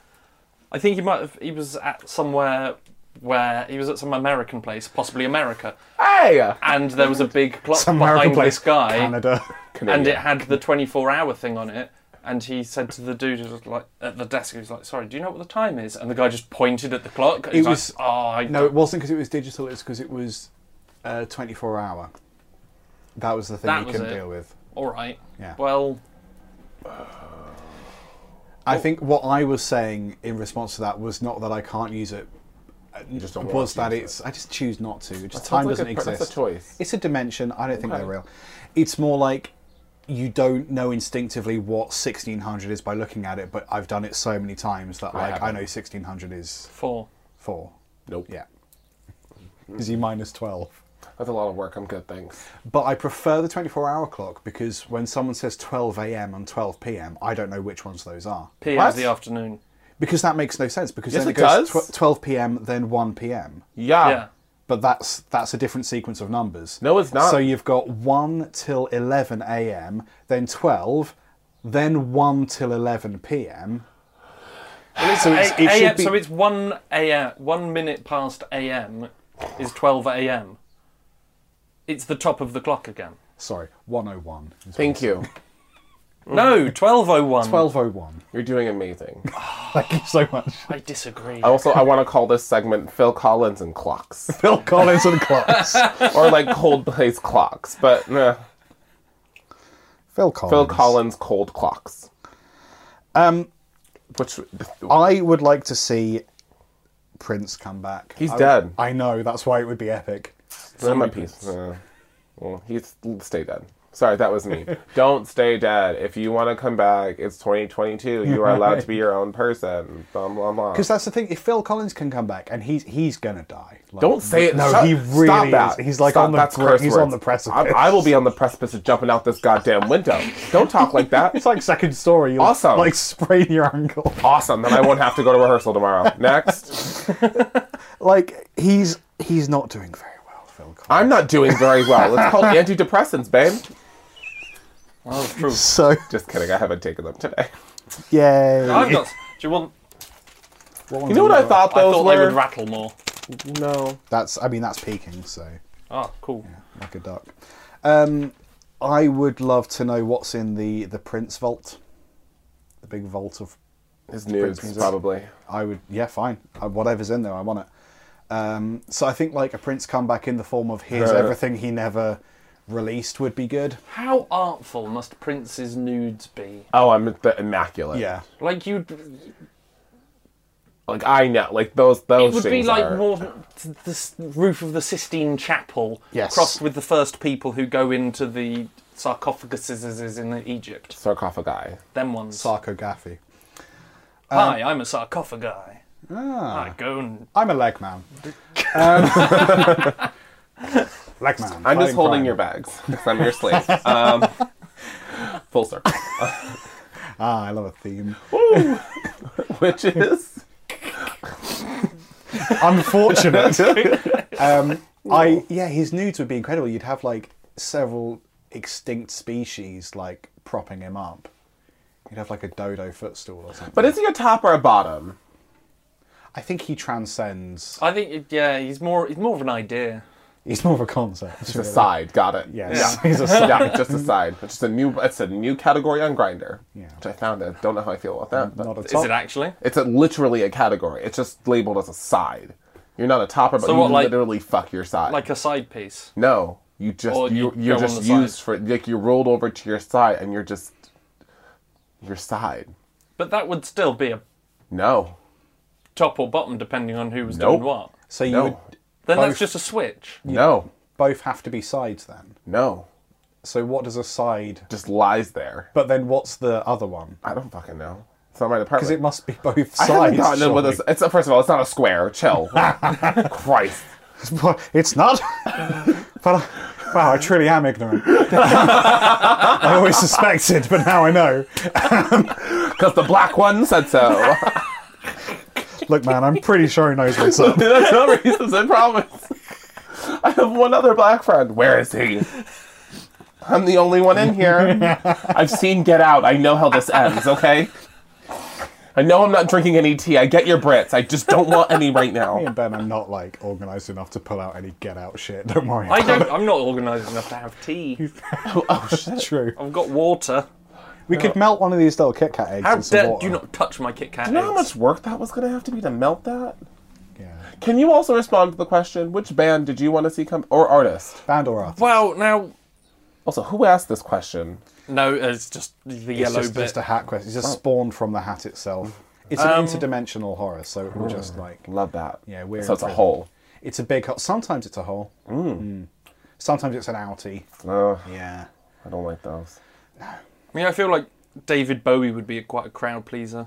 [SPEAKER 3] I think he might have. He was at somewhere where he was at some American place, possibly America,
[SPEAKER 5] Hey.
[SPEAKER 3] and there was a big plot
[SPEAKER 4] Some
[SPEAKER 3] behind
[SPEAKER 4] American place,
[SPEAKER 3] this guy, [LAUGHS]
[SPEAKER 4] Canada.
[SPEAKER 3] and it had the 24-hour thing on it. And he said to the dude who was like at the desk, he was like, "Sorry, do you know what the time is?" And the guy just pointed at the clock. He's
[SPEAKER 4] It
[SPEAKER 3] like,
[SPEAKER 4] was-
[SPEAKER 3] "Oh, I
[SPEAKER 4] No, it wasn't because it was digital. It's because it was uh, twenty four hour. That was the thing
[SPEAKER 3] That
[SPEAKER 4] you
[SPEAKER 3] was
[SPEAKER 4] couldn't
[SPEAKER 3] it.
[SPEAKER 4] deal with.
[SPEAKER 3] all right."
[SPEAKER 4] Yeah.
[SPEAKER 3] Well,
[SPEAKER 4] I think what I was saying in response to that was not that I can't use it.
[SPEAKER 5] You just don't
[SPEAKER 4] was
[SPEAKER 5] want
[SPEAKER 4] that
[SPEAKER 5] to.
[SPEAKER 4] it's? I just choose not to. It Just
[SPEAKER 5] sounds
[SPEAKER 4] time
[SPEAKER 5] like
[SPEAKER 4] doesn't
[SPEAKER 5] a per-
[SPEAKER 4] exist.
[SPEAKER 5] that's a choice.
[SPEAKER 4] It's a dimension. I don't think they're
[SPEAKER 5] Okay.
[SPEAKER 4] real. It's more like you don't know instinctively what 1600 is by looking at it, but I've done it so many times that like I,
[SPEAKER 5] haven't.
[SPEAKER 4] know 1600 is
[SPEAKER 3] four.
[SPEAKER 4] four.
[SPEAKER 5] Nope.
[SPEAKER 4] Yeah, is he minus 12?
[SPEAKER 5] That's a lot of work. I'm good, thanks.
[SPEAKER 4] But I prefer the 24 hour clock because when someone says 12 a.m. and 12 p.m., I don't know which ones those are.
[SPEAKER 3] PM's
[SPEAKER 5] What?
[SPEAKER 3] the afternoon.
[SPEAKER 4] Because that makes no sense. Because
[SPEAKER 5] Yes,
[SPEAKER 4] then it,
[SPEAKER 5] it
[SPEAKER 4] goes
[SPEAKER 5] does.
[SPEAKER 4] tw- 12 p.m. then 1 p.m.
[SPEAKER 5] Yeah.
[SPEAKER 3] yeah.
[SPEAKER 4] But that's that's a different sequence of numbers.
[SPEAKER 5] No, it's not.
[SPEAKER 4] So you've got one till eleven a.m., then twelve, then one till eleven p.m. so it's,
[SPEAKER 3] A-
[SPEAKER 4] it should
[SPEAKER 3] AM,
[SPEAKER 4] be
[SPEAKER 3] So it's one a.m. One minute past a.m. is twelve a.m. It's the top of the clock again.
[SPEAKER 4] sorry, one oh one.
[SPEAKER 5] Thank you.
[SPEAKER 3] No, twelve oh one.
[SPEAKER 4] Mm. Twelve oh one. [LAUGHS]
[SPEAKER 5] You're
[SPEAKER 3] [LAUGHS]
[SPEAKER 5] doing amazing.
[SPEAKER 4] Thank you so much,
[SPEAKER 3] I disagree.
[SPEAKER 5] Also, I want to call this segment Phil Collins and clocks,
[SPEAKER 4] Bill
[SPEAKER 5] [LAUGHS]
[SPEAKER 4] Collins and clocks.
[SPEAKER 5] or like Coldplay's clocks, but nah,
[SPEAKER 4] Phil Collins.
[SPEAKER 5] Phil Collins cold clocks. Um, which
[SPEAKER 4] I would like to see Prince come back.
[SPEAKER 5] He's
[SPEAKER 4] I would-
[SPEAKER 5] dead.
[SPEAKER 4] I know. That's why it would be epic.
[SPEAKER 5] Cinema piece. Uh, well, he's stay dead. Sorry, that was [LAUGHS] me. Don't stay dead. If you want to come back, it's 2022. You are allowed to [LAUGHS] be your own person. Blah blah blah.
[SPEAKER 4] Because that's the thing. If Phil Collins can come back, and he's he's gonna die. Like,
[SPEAKER 5] Don't say it.
[SPEAKER 4] No,
[SPEAKER 5] Shut-
[SPEAKER 4] he really
[SPEAKER 5] stop
[SPEAKER 4] is.
[SPEAKER 5] that.
[SPEAKER 4] He's like
[SPEAKER 5] Stop,
[SPEAKER 4] on the
[SPEAKER 5] that's
[SPEAKER 4] gr-
[SPEAKER 5] curse
[SPEAKER 4] he's
[SPEAKER 5] words.
[SPEAKER 4] on the precipice.
[SPEAKER 5] I, I will be on the precipice of jumping out this goddamn window. Don't talk like that.
[SPEAKER 4] It's like second story. You'll
[SPEAKER 5] Awesome.
[SPEAKER 4] Like sprain your ankle.
[SPEAKER 5] awesome. Then I won't have to go to rehearsal tomorrow. Next,
[SPEAKER 4] Like he's he's not doing very well, Phil Collins.
[SPEAKER 5] I'm not doing very well. It's called antidepressants, babe.
[SPEAKER 3] oh,
[SPEAKER 4] [LAUGHS]
[SPEAKER 3] true.
[SPEAKER 4] So
[SPEAKER 5] Just kidding. I haven't taken them today.
[SPEAKER 4] yay.
[SPEAKER 3] I've got. Do you want?
[SPEAKER 5] You know what I thought
[SPEAKER 3] I
[SPEAKER 5] those
[SPEAKER 3] thought they
[SPEAKER 5] were?
[SPEAKER 3] would rattle more.
[SPEAKER 5] no.
[SPEAKER 4] That's I mean that's peaking. So
[SPEAKER 3] Oh, cool.
[SPEAKER 4] like a duck. Um, I would love to know what's in the the Prince vault, the big vault of.
[SPEAKER 5] His nudes,
[SPEAKER 4] Prince music.
[SPEAKER 5] probably.
[SPEAKER 4] I would yeah fine I, whatever's in there I want it. Um, so I think like a Prince comeback in the form of here's
[SPEAKER 5] Uh.
[SPEAKER 4] everything he never released would be good.
[SPEAKER 3] How artful must Prince's nudes be?
[SPEAKER 5] Oh, I'm the immaculate.
[SPEAKER 4] Yeah.
[SPEAKER 3] Like you,
[SPEAKER 5] Like I know. Like those. Those
[SPEAKER 3] it would be
[SPEAKER 5] things
[SPEAKER 3] like
[SPEAKER 5] are-
[SPEAKER 3] more than the s- roof of the Sistine Chapel,
[SPEAKER 4] Yes.
[SPEAKER 3] crossed with the first people who go into the sarcophaguses is- is in Egypt.
[SPEAKER 5] Sarcophagi.
[SPEAKER 3] Them ones.
[SPEAKER 4] Sarko Gaffy.
[SPEAKER 5] um,
[SPEAKER 3] Hi, I'm a sarcophagi.
[SPEAKER 5] Ah.
[SPEAKER 3] I go and
[SPEAKER 4] I'm a leg man. Um, [LAUGHS] leg man.
[SPEAKER 5] I'm
[SPEAKER 4] fighting
[SPEAKER 5] just holding
[SPEAKER 4] crime.
[SPEAKER 5] your bags because I'm your
[SPEAKER 4] [LAUGHS]
[SPEAKER 5] slave. Um, full circle.
[SPEAKER 4] Ah, I love a theme.
[SPEAKER 5] [LAUGHS] Which is.
[SPEAKER 4] Unfortunate.
[SPEAKER 5] [LAUGHS]
[SPEAKER 4] um, I yeah, his nudes would be incredible. You'd have like several extinct species like propping him up. You'd have like a dodo footstool or something.
[SPEAKER 5] But is he a top or a bottom?
[SPEAKER 4] I think he transcends.
[SPEAKER 3] I think it- yeah, he's more he's more of an idea.
[SPEAKER 4] He's more of a concept.
[SPEAKER 5] Just a side. Got it.
[SPEAKER 4] Yes. [LAUGHS]
[SPEAKER 5] Yeah.
[SPEAKER 4] He's a side.
[SPEAKER 5] yeah, just a side. It's just a new. It's a new category on Grinder.
[SPEAKER 4] Yeah.
[SPEAKER 5] Which I found. I don't know how I feel about that. But
[SPEAKER 4] Not a
[SPEAKER 3] Is
[SPEAKER 4] top.
[SPEAKER 3] it actually?
[SPEAKER 5] It's a, literally a category. It's just labeled as a side. You're not a topper, but
[SPEAKER 3] So
[SPEAKER 5] you
[SPEAKER 3] what, like-
[SPEAKER 5] literally fuck your side.
[SPEAKER 3] Like a side piece.
[SPEAKER 5] no, you just
[SPEAKER 3] Or you
[SPEAKER 5] you, you're
[SPEAKER 3] go on
[SPEAKER 5] just
[SPEAKER 3] the
[SPEAKER 5] used for like you're rolled over to your side and you're just your side.
[SPEAKER 3] But that would still be a
[SPEAKER 5] No,
[SPEAKER 3] top or bottom depending on who was
[SPEAKER 5] Nope.
[SPEAKER 3] doing what.
[SPEAKER 4] so you
[SPEAKER 5] no,
[SPEAKER 4] would
[SPEAKER 3] Then
[SPEAKER 4] Both.
[SPEAKER 3] that's just a switch.
[SPEAKER 5] no,
[SPEAKER 4] both have to be sides then.
[SPEAKER 5] no.
[SPEAKER 4] So what does a side?
[SPEAKER 5] Just lies there.
[SPEAKER 4] But then what's the other one?
[SPEAKER 5] I don't fucking know. It's not my
[SPEAKER 4] Because
[SPEAKER 5] department.
[SPEAKER 4] it must be both
[SPEAKER 5] I haven't
[SPEAKER 4] sides.
[SPEAKER 5] gotten in with
[SPEAKER 4] surely.
[SPEAKER 5] this. It's first of all, it's not a square.
[SPEAKER 4] [LAUGHS]
[SPEAKER 5] Chill. Christ.
[SPEAKER 4] Well, it's [LAUGHS] not. but I, wow, I truly am ignorant. [LAUGHS] I always suspected, but now I know.
[SPEAKER 5] Because the black one
[SPEAKER 4] [LAUGHS]
[SPEAKER 5] said so.
[SPEAKER 4] Look, man, I'm pretty sure he knows what's [LAUGHS] up.
[SPEAKER 5] That's no reasons, I promise. I have one other black friend. Where is he? I'm the only one in here. I've seen Get Out. I know how this ends, okay? I know I'm not drinking any tea. I get your Brits. I just don't want any right
[SPEAKER 4] Me
[SPEAKER 5] now.
[SPEAKER 4] and Ben are not like organised enough to pull out any get out shit. Don't worry.
[SPEAKER 3] I don't. I'm not organised enough to have
[SPEAKER 5] [LAUGHS]
[SPEAKER 3] tea.
[SPEAKER 5] Oh, shit.
[SPEAKER 4] True.
[SPEAKER 3] I've got water.
[SPEAKER 4] We could melt one of these little Kit Kat eggs.
[SPEAKER 3] How
[SPEAKER 4] in some
[SPEAKER 3] dare
[SPEAKER 4] water.
[SPEAKER 3] do not touch my Kit Kat?
[SPEAKER 5] You know how
[SPEAKER 3] eggs.
[SPEAKER 5] much work that was going to have to be to melt that?
[SPEAKER 4] Yeah.
[SPEAKER 5] Can you also respond to the question, which band did you want to see come, or artist?
[SPEAKER 4] Band or artist?
[SPEAKER 3] Well, now
[SPEAKER 5] Also, who asked this question?
[SPEAKER 3] no, it's just the
[SPEAKER 4] it's
[SPEAKER 3] yellow
[SPEAKER 4] just,
[SPEAKER 3] bit. Um,
[SPEAKER 4] just a hat question. It's just spawned from the hat itself. It's an interdimensional horror, so it will just like
[SPEAKER 5] Love that.
[SPEAKER 4] Yeah, we're
[SPEAKER 5] So it's a
[SPEAKER 4] in prison.
[SPEAKER 5] whole.
[SPEAKER 4] It's a big hole. Sometimes it's a hole. Mm. Sometimes it's an outie.
[SPEAKER 5] Ugh,
[SPEAKER 4] Yeah.
[SPEAKER 5] I don't like those.
[SPEAKER 3] I mean, I feel like David Bowie would be a, quite a crowd pleaser.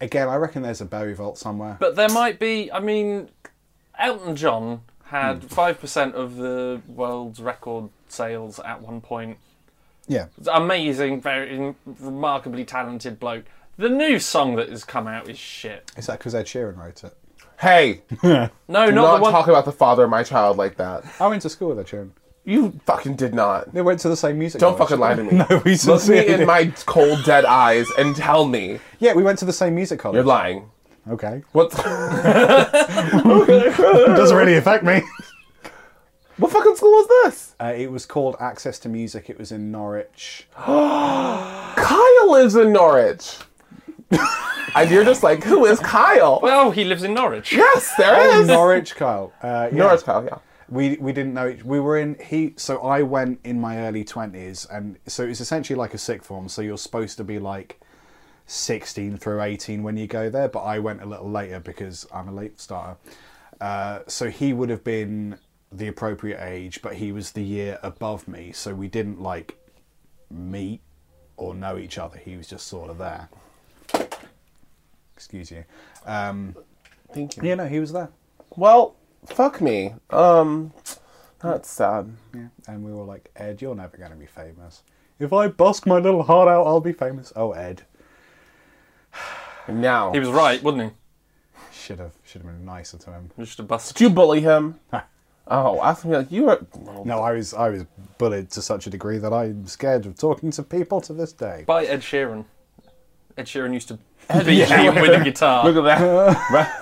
[SPEAKER 4] Again, I reckon there's a Bowie vault somewhere.
[SPEAKER 3] But there might be. I mean, Elton John had five percent of the world's record sales at one point.
[SPEAKER 4] yeah.
[SPEAKER 3] It's amazing, very remarkably talented bloke. The new song that has come out is shit.
[SPEAKER 4] Is that because Ed Sheeran wrote it?
[SPEAKER 5] Hey,
[SPEAKER 3] No,
[SPEAKER 5] Do
[SPEAKER 3] not,
[SPEAKER 5] not
[SPEAKER 3] the one.
[SPEAKER 5] talk about the father of my child like that.
[SPEAKER 4] I went to school with Ed Sheeran.
[SPEAKER 5] You fucking did not.
[SPEAKER 4] They went to the same music.
[SPEAKER 5] Don't
[SPEAKER 4] college.
[SPEAKER 5] fucking lie to me.
[SPEAKER 4] [LAUGHS] No, we
[SPEAKER 5] Look me
[SPEAKER 4] sincerely
[SPEAKER 5] in
[SPEAKER 4] did.
[SPEAKER 5] my cold, dead eyes and tell me
[SPEAKER 4] Yeah, we went to the same music college.
[SPEAKER 5] you're lying.
[SPEAKER 4] Okay.
[SPEAKER 5] What?
[SPEAKER 4] It doesn't really affect me.
[SPEAKER 5] [LAUGHS] what fucking school was this?
[SPEAKER 4] Uh, it was called Access to Music. It was in Norwich.
[SPEAKER 5] Kyle lives
[SPEAKER 4] [LAUGHS]
[SPEAKER 5] in Norwich, and you're just like, who is Kyle?
[SPEAKER 3] Well, he lives in Norwich.
[SPEAKER 5] yes,
[SPEAKER 4] Oh,
[SPEAKER 5] there is
[SPEAKER 4] Norwich, Kyle. Uh, yeah.
[SPEAKER 5] Norwich Kyle. Yeah.
[SPEAKER 4] we we didn't know each, we were in he so I went in my early 20s and so it's essentially like a sick form so you're supposed to be like 16 through 18 when you go there but I went a little later because I'm a late starter uh, so he would have been the appropriate age but he was the year above me so we didn't like meet or know each other he was just sort of there excuse you um,
[SPEAKER 5] Thank you.
[SPEAKER 4] yeah no he was there
[SPEAKER 5] Well, fuck me. Um, that's sad.
[SPEAKER 4] Yeah. And we were like, Ed, you're never going to be famous. If I bust my little heart out, I'll be famous. Oh, Ed.
[SPEAKER 5] And now,
[SPEAKER 3] He was right, wasn't he?
[SPEAKER 4] Should have should have been nicer to him.
[SPEAKER 3] We should have busted.
[SPEAKER 5] did you bully him? oh, ask me like you were.
[SPEAKER 4] No, I was I was bullied to such a degree that I'm scared of talking to people to this day.
[SPEAKER 3] By Ed Sheeran. Ed Sheeran used to beat you [LAUGHS] with a
[SPEAKER 5] Look
[SPEAKER 3] guitar,
[SPEAKER 5] at
[SPEAKER 4] [LAUGHS]
[SPEAKER 5] that. Right.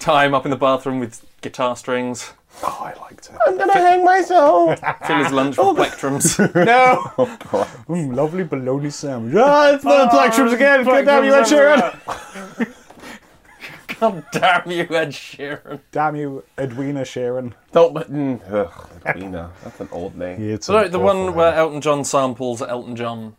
[SPEAKER 3] tie him up in the bathroom with guitar strings,
[SPEAKER 4] Oh, I liked it.
[SPEAKER 5] I'm gonna hang
[SPEAKER 4] [LAUGHS]
[SPEAKER 5] myself.
[SPEAKER 3] fill his lunch with plectrums.
[SPEAKER 5] no.
[SPEAKER 4] Mm, lovely bologna sandwich. Ah, it's the plectrums again. Good damn you, Ed Sheeran.
[SPEAKER 3] God damn you, Ed Sheeran.
[SPEAKER 4] Damn you, Edwina Sheeran.
[SPEAKER 5] Don't. mm, Ugh, Edwina. That's an old name.
[SPEAKER 4] Yeah, it's
[SPEAKER 3] So
[SPEAKER 4] an
[SPEAKER 3] the
[SPEAKER 4] awful
[SPEAKER 3] one
[SPEAKER 4] name.
[SPEAKER 3] where Elton John samples Elton John,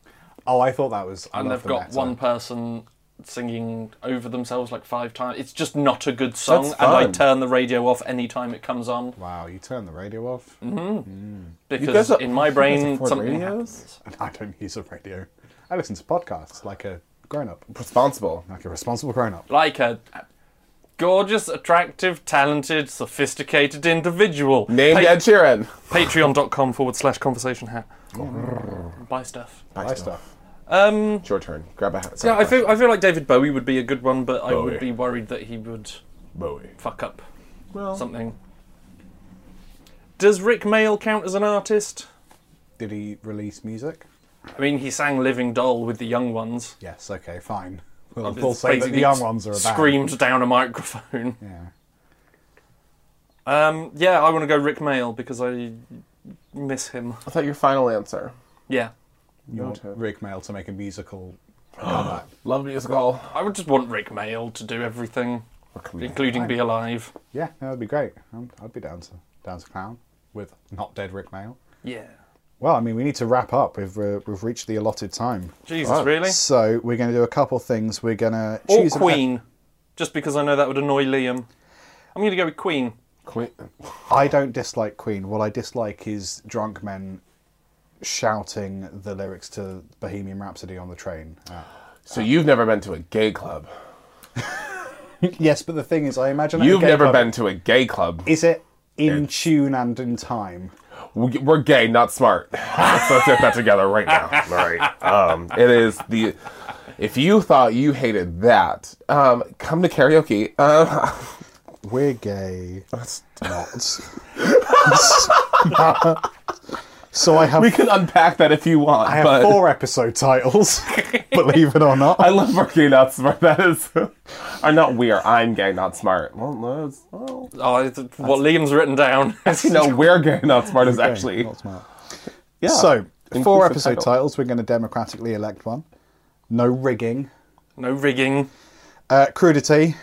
[SPEAKER 4] oh, I thought that was. I
[SPEAKER 3] and
[SPEAKER 4] love
[SPEAKER 3] they've
[SPEAKER 4] the
[SPEAKER 3] got
[SPEAKER 4] meta.
[SPEAKER 3] one person singing over themselves like five times. It's just not a good song,
[SPEAKER 5] That's
[SPEAKER 3] and I
[SPEAKER 5] fun.
[SPEAKER 3] turn the radio off any time it comes on
[SPEAKER 4] Wow, you turn the radio off?
[SPEAKER 3] Mm. because
[SPEAKER 5] are-
[SPEAKER 3] in my
[SPEAKER 5] you guys
[SPEAKER 3] brain
[SPEAKER 5] afford
[SPEAKER 3] something
[SPEAKER 5] radios?
[SPEAKER 3] happens.
[SPEAKER 4] [LAUGHS] I don't use a radio. I listen to podcasts like a grown up,
[SPEAKER 5] Responsible.
[SPEAKER 4] like a responsible grown up.
[SPEAKER 3] Like a gorgeous, attractive, talented, sophisticated individual.
[SPEAKER 5] Named
[SPEAKER 3] Pa-
[SPEAKER 5] Ed Sheeran.
[SPEAKER 3] Patreon.com forward slash conversation hat. Buy stuff.
[SPEAKER 4] Buy stuff.
[SPEAKER 5] It's your turn. Grab a hat.
[SPEAKER 3] Um, Yeah, I feel I feel like David Bowie would be a good one, but I
[SPEAKER 5] Bowie.
[SPEAKER 3] would be worried that he would
[SPEAKER 5] Bowie.
[SPEAKER 3] fuck up
[SPEAKER 5] Well,
[SPEAKER 3] something. Does Rick Mail count as an artist?
[SPEAKER 4] Did he release music?
[SPEAKER 3] I mean, he sang "Living Doll" with the Young Ones.
[SPEAKER 4] Yes, okay, fine. We'll,
[SPEAKER 3] It's
[SPEAKER 4] we'll say that the
[SPEAKER 3] basically
[SPEAKER 4] young ones are about.
[SPEAKER 3] screamed down a microphone.
[SPEAKER 4] Yeah.
[SPEAKER 3] Um, yeah, I want to go Rick Mail because I miss him.
[SPEAKER 5] I thought your final answer.
[SPEAKER 3] Yeah,
[SPEAKER 4] You want
[SPEAKER 5] turn.
[SPEAKER 4] Rick Mail to make
[SPEAKER 3] [GASPS]
[SPEAKER 4] a musical comeback.
[SPEAKER 5] Love musical.
[SPEAKER 3] I would just want Rick Mail to do everything, including be alive.
[SPEAKER 4] Yeah, no, that'd be great. I'm, I'd be down to down to clown with not dead Rick Mail.
[SPEAKER 3] Yeah.
[SPEAKER 4] Well, I mean, we need to wrap up. We've uh, we've reached the allotted time,
[SPEAKER 3] Jesus, really?
[SPEAKER 4] so we're going to do a couple things. We're going to
[SPEAKER 3] Or
[SPEAKER 4] choose a-
[SPEAKER 3] Queen, just because I know that would annoy Liam. I'm going to go with Queen.
[SPEAKER 5] Queen.
[SPEAKER 4] I don't dislike Queen. What I dislike is drunk men shouting the lyrics to Bohemian Rhapsody on the train. Uh,
[SPEAKER 5] So you've never been to a gay club.
[SPEAKER 4] yes, but the thing is, I imagine that
[SPEAKER 5] You've
[SPEAKER 4] gay
[SPEAKER 5] never
[SPEAKER 4] club-
[SPEAKER 5] been to a gay club.
[SPEAKER 4] Is it in tune and in time?
[SPEAKER 5] We- We're gay, not smart. Let's let's get that together
[SPEAKER 4] [LAUGHS]
[SPEAKER 5] right now. All right. Um, it is the. If you thought you hated that, um, come to karaoke. Uh, [LAUGHS]
[SPEAKER 4] We're gay.
[SPEAKER 5] that's-
[SPEAKER 4] Not. so I have
[SPEAKER 5] we can unpack that if you want.
[SPEAKER 4] I have
[SPEAKER 5] but
[SPEAKER 4] four episode titles, [LAUGHS] believe it or not.
[SPEAKER 5] I love we're gay, not smart. [LAUGHS] That is. Or not we are. I'm gay, not smart. Well, no, it's- well,
[SPEAKER 3] Oh, I- th- what Liam's written down. [LAUGHS]
[SPEAKER 5] no, we're gay, not smart is
[SPEAKER 4] Okay,
[SPEAKER 5] actually.
[SPEAKER 4] not smart.
[SPEAKER 5] Yeah.
[SPEAKER 4] So,
[SPEAKER 5] Inclusive
[SPEAKER 4] four episode
[SPEAKER 5] title.
[SPEAKER 4] titles. We're going to democratically elect one. No rigging.
[SPEAKER 3] no rigging.
[SPEAKER 4] Uh, crudity.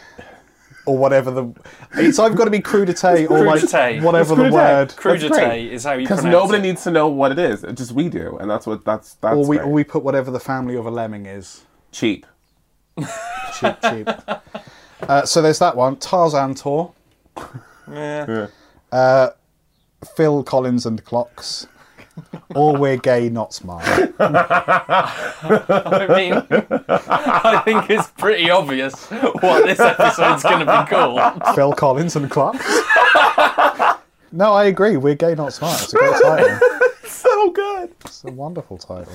[SPEAKER 4] Or whatever the. It's either got to be crudité or like
[SPEAKER 3] Crudité.
[SPEAKER 4] whatever the
[SPEAKER 5] Crudité.
[SPEAKER 4] word.
[SPEAKER 5] That's
[SPEAKER 3] Crudité
[SPEAKER 5] great.
[SPEAKER 3] is how you
[SPEAKER 5] Because
[SPEAKER 3] pronounce
[SPEAKER 5] nobody
[SPEAKER 3] it.
[SPEAKER 5] needs to know what it is. It's just we do, and that's what that's that's
[SPEAKER 4] Or we,
[SPEAKER 5] great.
[SPEAKER 4] or we put whatever the family of a lemming is.
[SPEAKER 5] cheap.
[SPEAKER 4] Cheap, cheap. uh, so there's that one. Tarzan tour. Uh,
[SPEAKER 3] Yeah.
[SPEAKER 4] Phil Collins and clocks. or we're gay, not smart.
[SPEAKER 3] I mean, I think it's pretty obvious what this episode's going to be called.
[SPEAKER 4] Phil Collins and clocks. No, I agree. We're gay, not smart. It's a great title.
[SPEAKER 5] So good.
[SPEAKER 4] It's a wonderful title.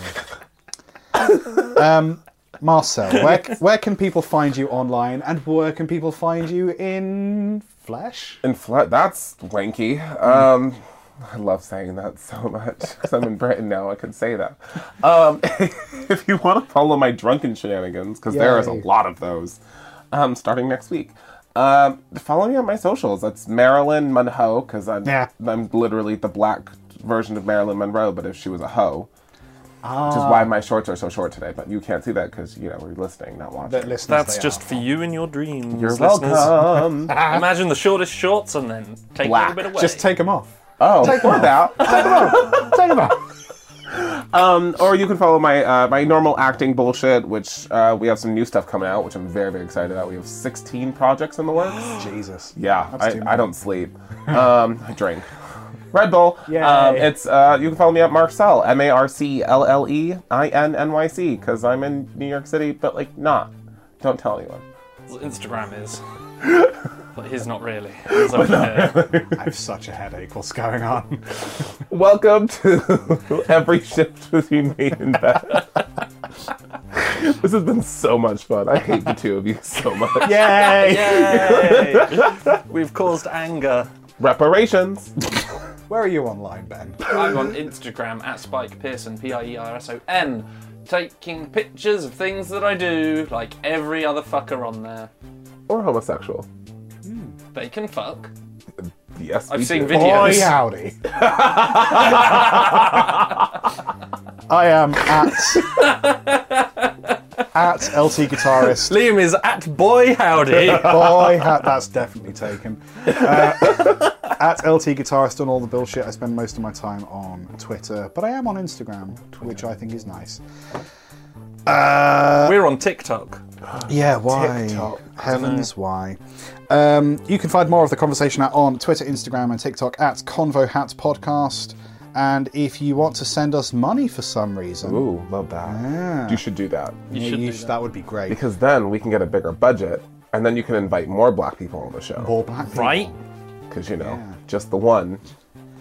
[SPEAKER 4] um, Marcel, where, where can people find you online and where can people find you in flesh?
[SPEAKER 5] And flat. That's wanky. Um, I love saying that [LAUGHS] so much. 'Cause I'm in Britain now. I can say that. Um, [LAUGHS] if you want to follow my drunken shenanigans, because there is a
[SPEAKER 4] Yay.
[SPEAKER 5] lot of those, um, starting next week. Um, follow me on my socials. That's Marilyn Monroe, because I'm
[SPEAKER 4] Yeah.
[SPEAKER 5] I'm literally the black version of Marilyn Monroe, but if she was a hoe. Which is
[SPEAKER 4] Ah.
[SPEAKER 5] why my shorts are so short today, but you can't see that because you know we're listening, not watching.
[SPEAKER 4] That listeners
[SPEAKER 3] That's
[SPEAKER 4] they
[SPEAKER 3] just
[SPEAKER 4] are.
[SPEAKER 3] for you and your dreams.
[SPEAKER 5] You're
[SPEAKER 3] listeners.
[SPEAKER 5] welcome.
[SPEAKER 3] [LAUGHS] Imagine the shortest shorts and then take
[SPEAKER 5] Black.
[SPEAKER 3] a little bit away.
[SPEAKER 4] Just take them off.
[SPEAKER 5] Oh, or that.
[SPEAKER 4] Take them off.
[SPEAKER 5] Um, or you can follow my uh, my normal acting bullshit, which uh, we have some new stuff coming out, which I'm very very excited about. We have 16 projects in the
[SPEAKER 4] [GASPS]
[SPEAKER 5] works.
[SPEAKER 4] Jesus.
[SPEAKER 5] yeah,
[SPEAKER 4] That's too
[SPEAKER 5] I, I don't sleep. Um, I drink. Red Bull.
[SPEAKER 4] Yay.
[SPEAKER 5] Um, it's uh, you can follow me at Marcel M A R C L L E I N N Y C because I'm in New York City, but like not. Don't tell anyone.
[SPEAKER 3] Instagram is. But he's not really. He's over here.
[SPEAKER 4] I have such a headache. What's going on?
[SPEAKER 5] Welcome to [LAUGHS] every shift with you made in bed. [LAUGHS] this has been so much fun. I hate the two of you so much.
[SPEAKER 4] [LAUGHS] [LAUGHS] Yay!
[SPEAKER 3] Yay! We've caused anger.
[SPEAKER 5] Reparations.
[SPEAKER 4] Where are you online, [LAUGHS] Ben?
[SPEAKER 3] I'm on Instagram at Spike Pearson, P I E R S O N, taking pictures of things that I do, like every other fucker on there.
[SPEAKER 5] or homosexual.
[SPEAKER 3] They can fuck.
[SPEAKER 5] Yes,
[SPEAKER 3] I've
[SPEAKER 5] we
[SPEAKER 3] seen
[SPEAKER 5] do.
[SPEAKER 4] Boy,
[SPEAKER 3] videos.
[SPEAKER 4] howdy. [LAUGHS] I am at [LAUGHS] at LT guitarist
[SPEAKER 3] Liam is at boy howdy.
[SPEAKER 4] [LAUGHS] Boy, ha- that's definitely taken. Uh, [LAUGHS] at LT Guitarist on all the bullshit, I spend most of my time on Twitter, but I am on Instagram, which I think is nice. Uh,
[SPEAKER 3] We're on TikTok.
[SPEAKER 4] Yeah, why?
[SPEAKER 5] TikTok.
[SPEAKER 4] Heavens, why? Um, you can find more of the conversation out on Twitter, Instagram, and TikTok at Convo Hat Podcast. And if you want to send us money for some reason,
[SPEAKER 5] Oh, Ooh, love that. You should do that.
[SPEAKER 4] yeah,
[SPEAKER 3] should
[SPEAKER 4] you
[SPEAKER 3] do
[SPEAKER 4] sh-
[SPEAKER 3] that.
[SPEAKER 4] that. would be great.
[SPEAKER 5] Because then we can get a bigger budget, and then you can invite more black people on the show.
[SPEAKER 4] More black people.
[SPEAKER 3] Right?
[SPEAKER 5] Because, you know,
[SPEAKER 4] Yeah.
[SPEAKER 5] just the one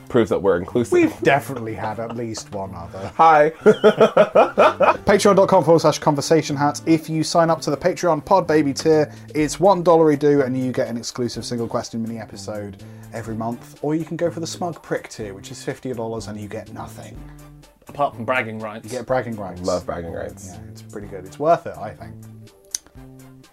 [SPEAKER 5] proves that we're inclusive.
[SPEAKER 4] We've definitely had at least one other.
[SPEAKER 5] [LAUGHS] Hi.
[SPEAKER 4] Patreon.com forward slash conversation hat. If you sign up to the Patreon Pod Baby tier, it's one dollar a do, and you get an exclusive single question mini episode every month. Or you can go for the Smug Prick tier, which is fifty dollars, and you get nothing.
[SPEAKER 3] Apart from bragging rights.
[SPEAKER 4] Get bragging rights.
[SPEAKER 5] Love bragging rights.
[SPEAKER 4] Yeah, it's pretty good. It's worth it, I think.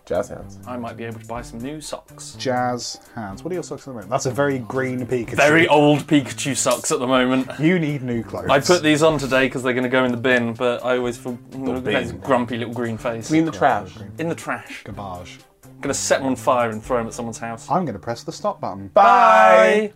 [SPEAKER 5] Jazz hands.
[SPEAKER 3] I might be able to buy some new socks.
[SPEAKER 4] Jazz hands. What are your socks at the moment? That's a very green Pikachu.
[SPEAKER 3] Very old Pikachu socks at the moment.
[SPEAKER 4] You need new clothes.
[SPEAKER 3] I put these on today because they're going to go in the bin, but I always feel that
[SPEAKER 5] bin.
[SPEAKER 3] grumpy little green face.
[SPEAKER 5] Clean the trash.
[SPEAKER 3] in the trash.
[SPEAKER 4] garbage.
[SPEAKER 3] I'm going to set them on fire and throw them at someone's house.
[SPEAKER 4] I'm going to press the stop button.
[SPEAKER 5] Bye.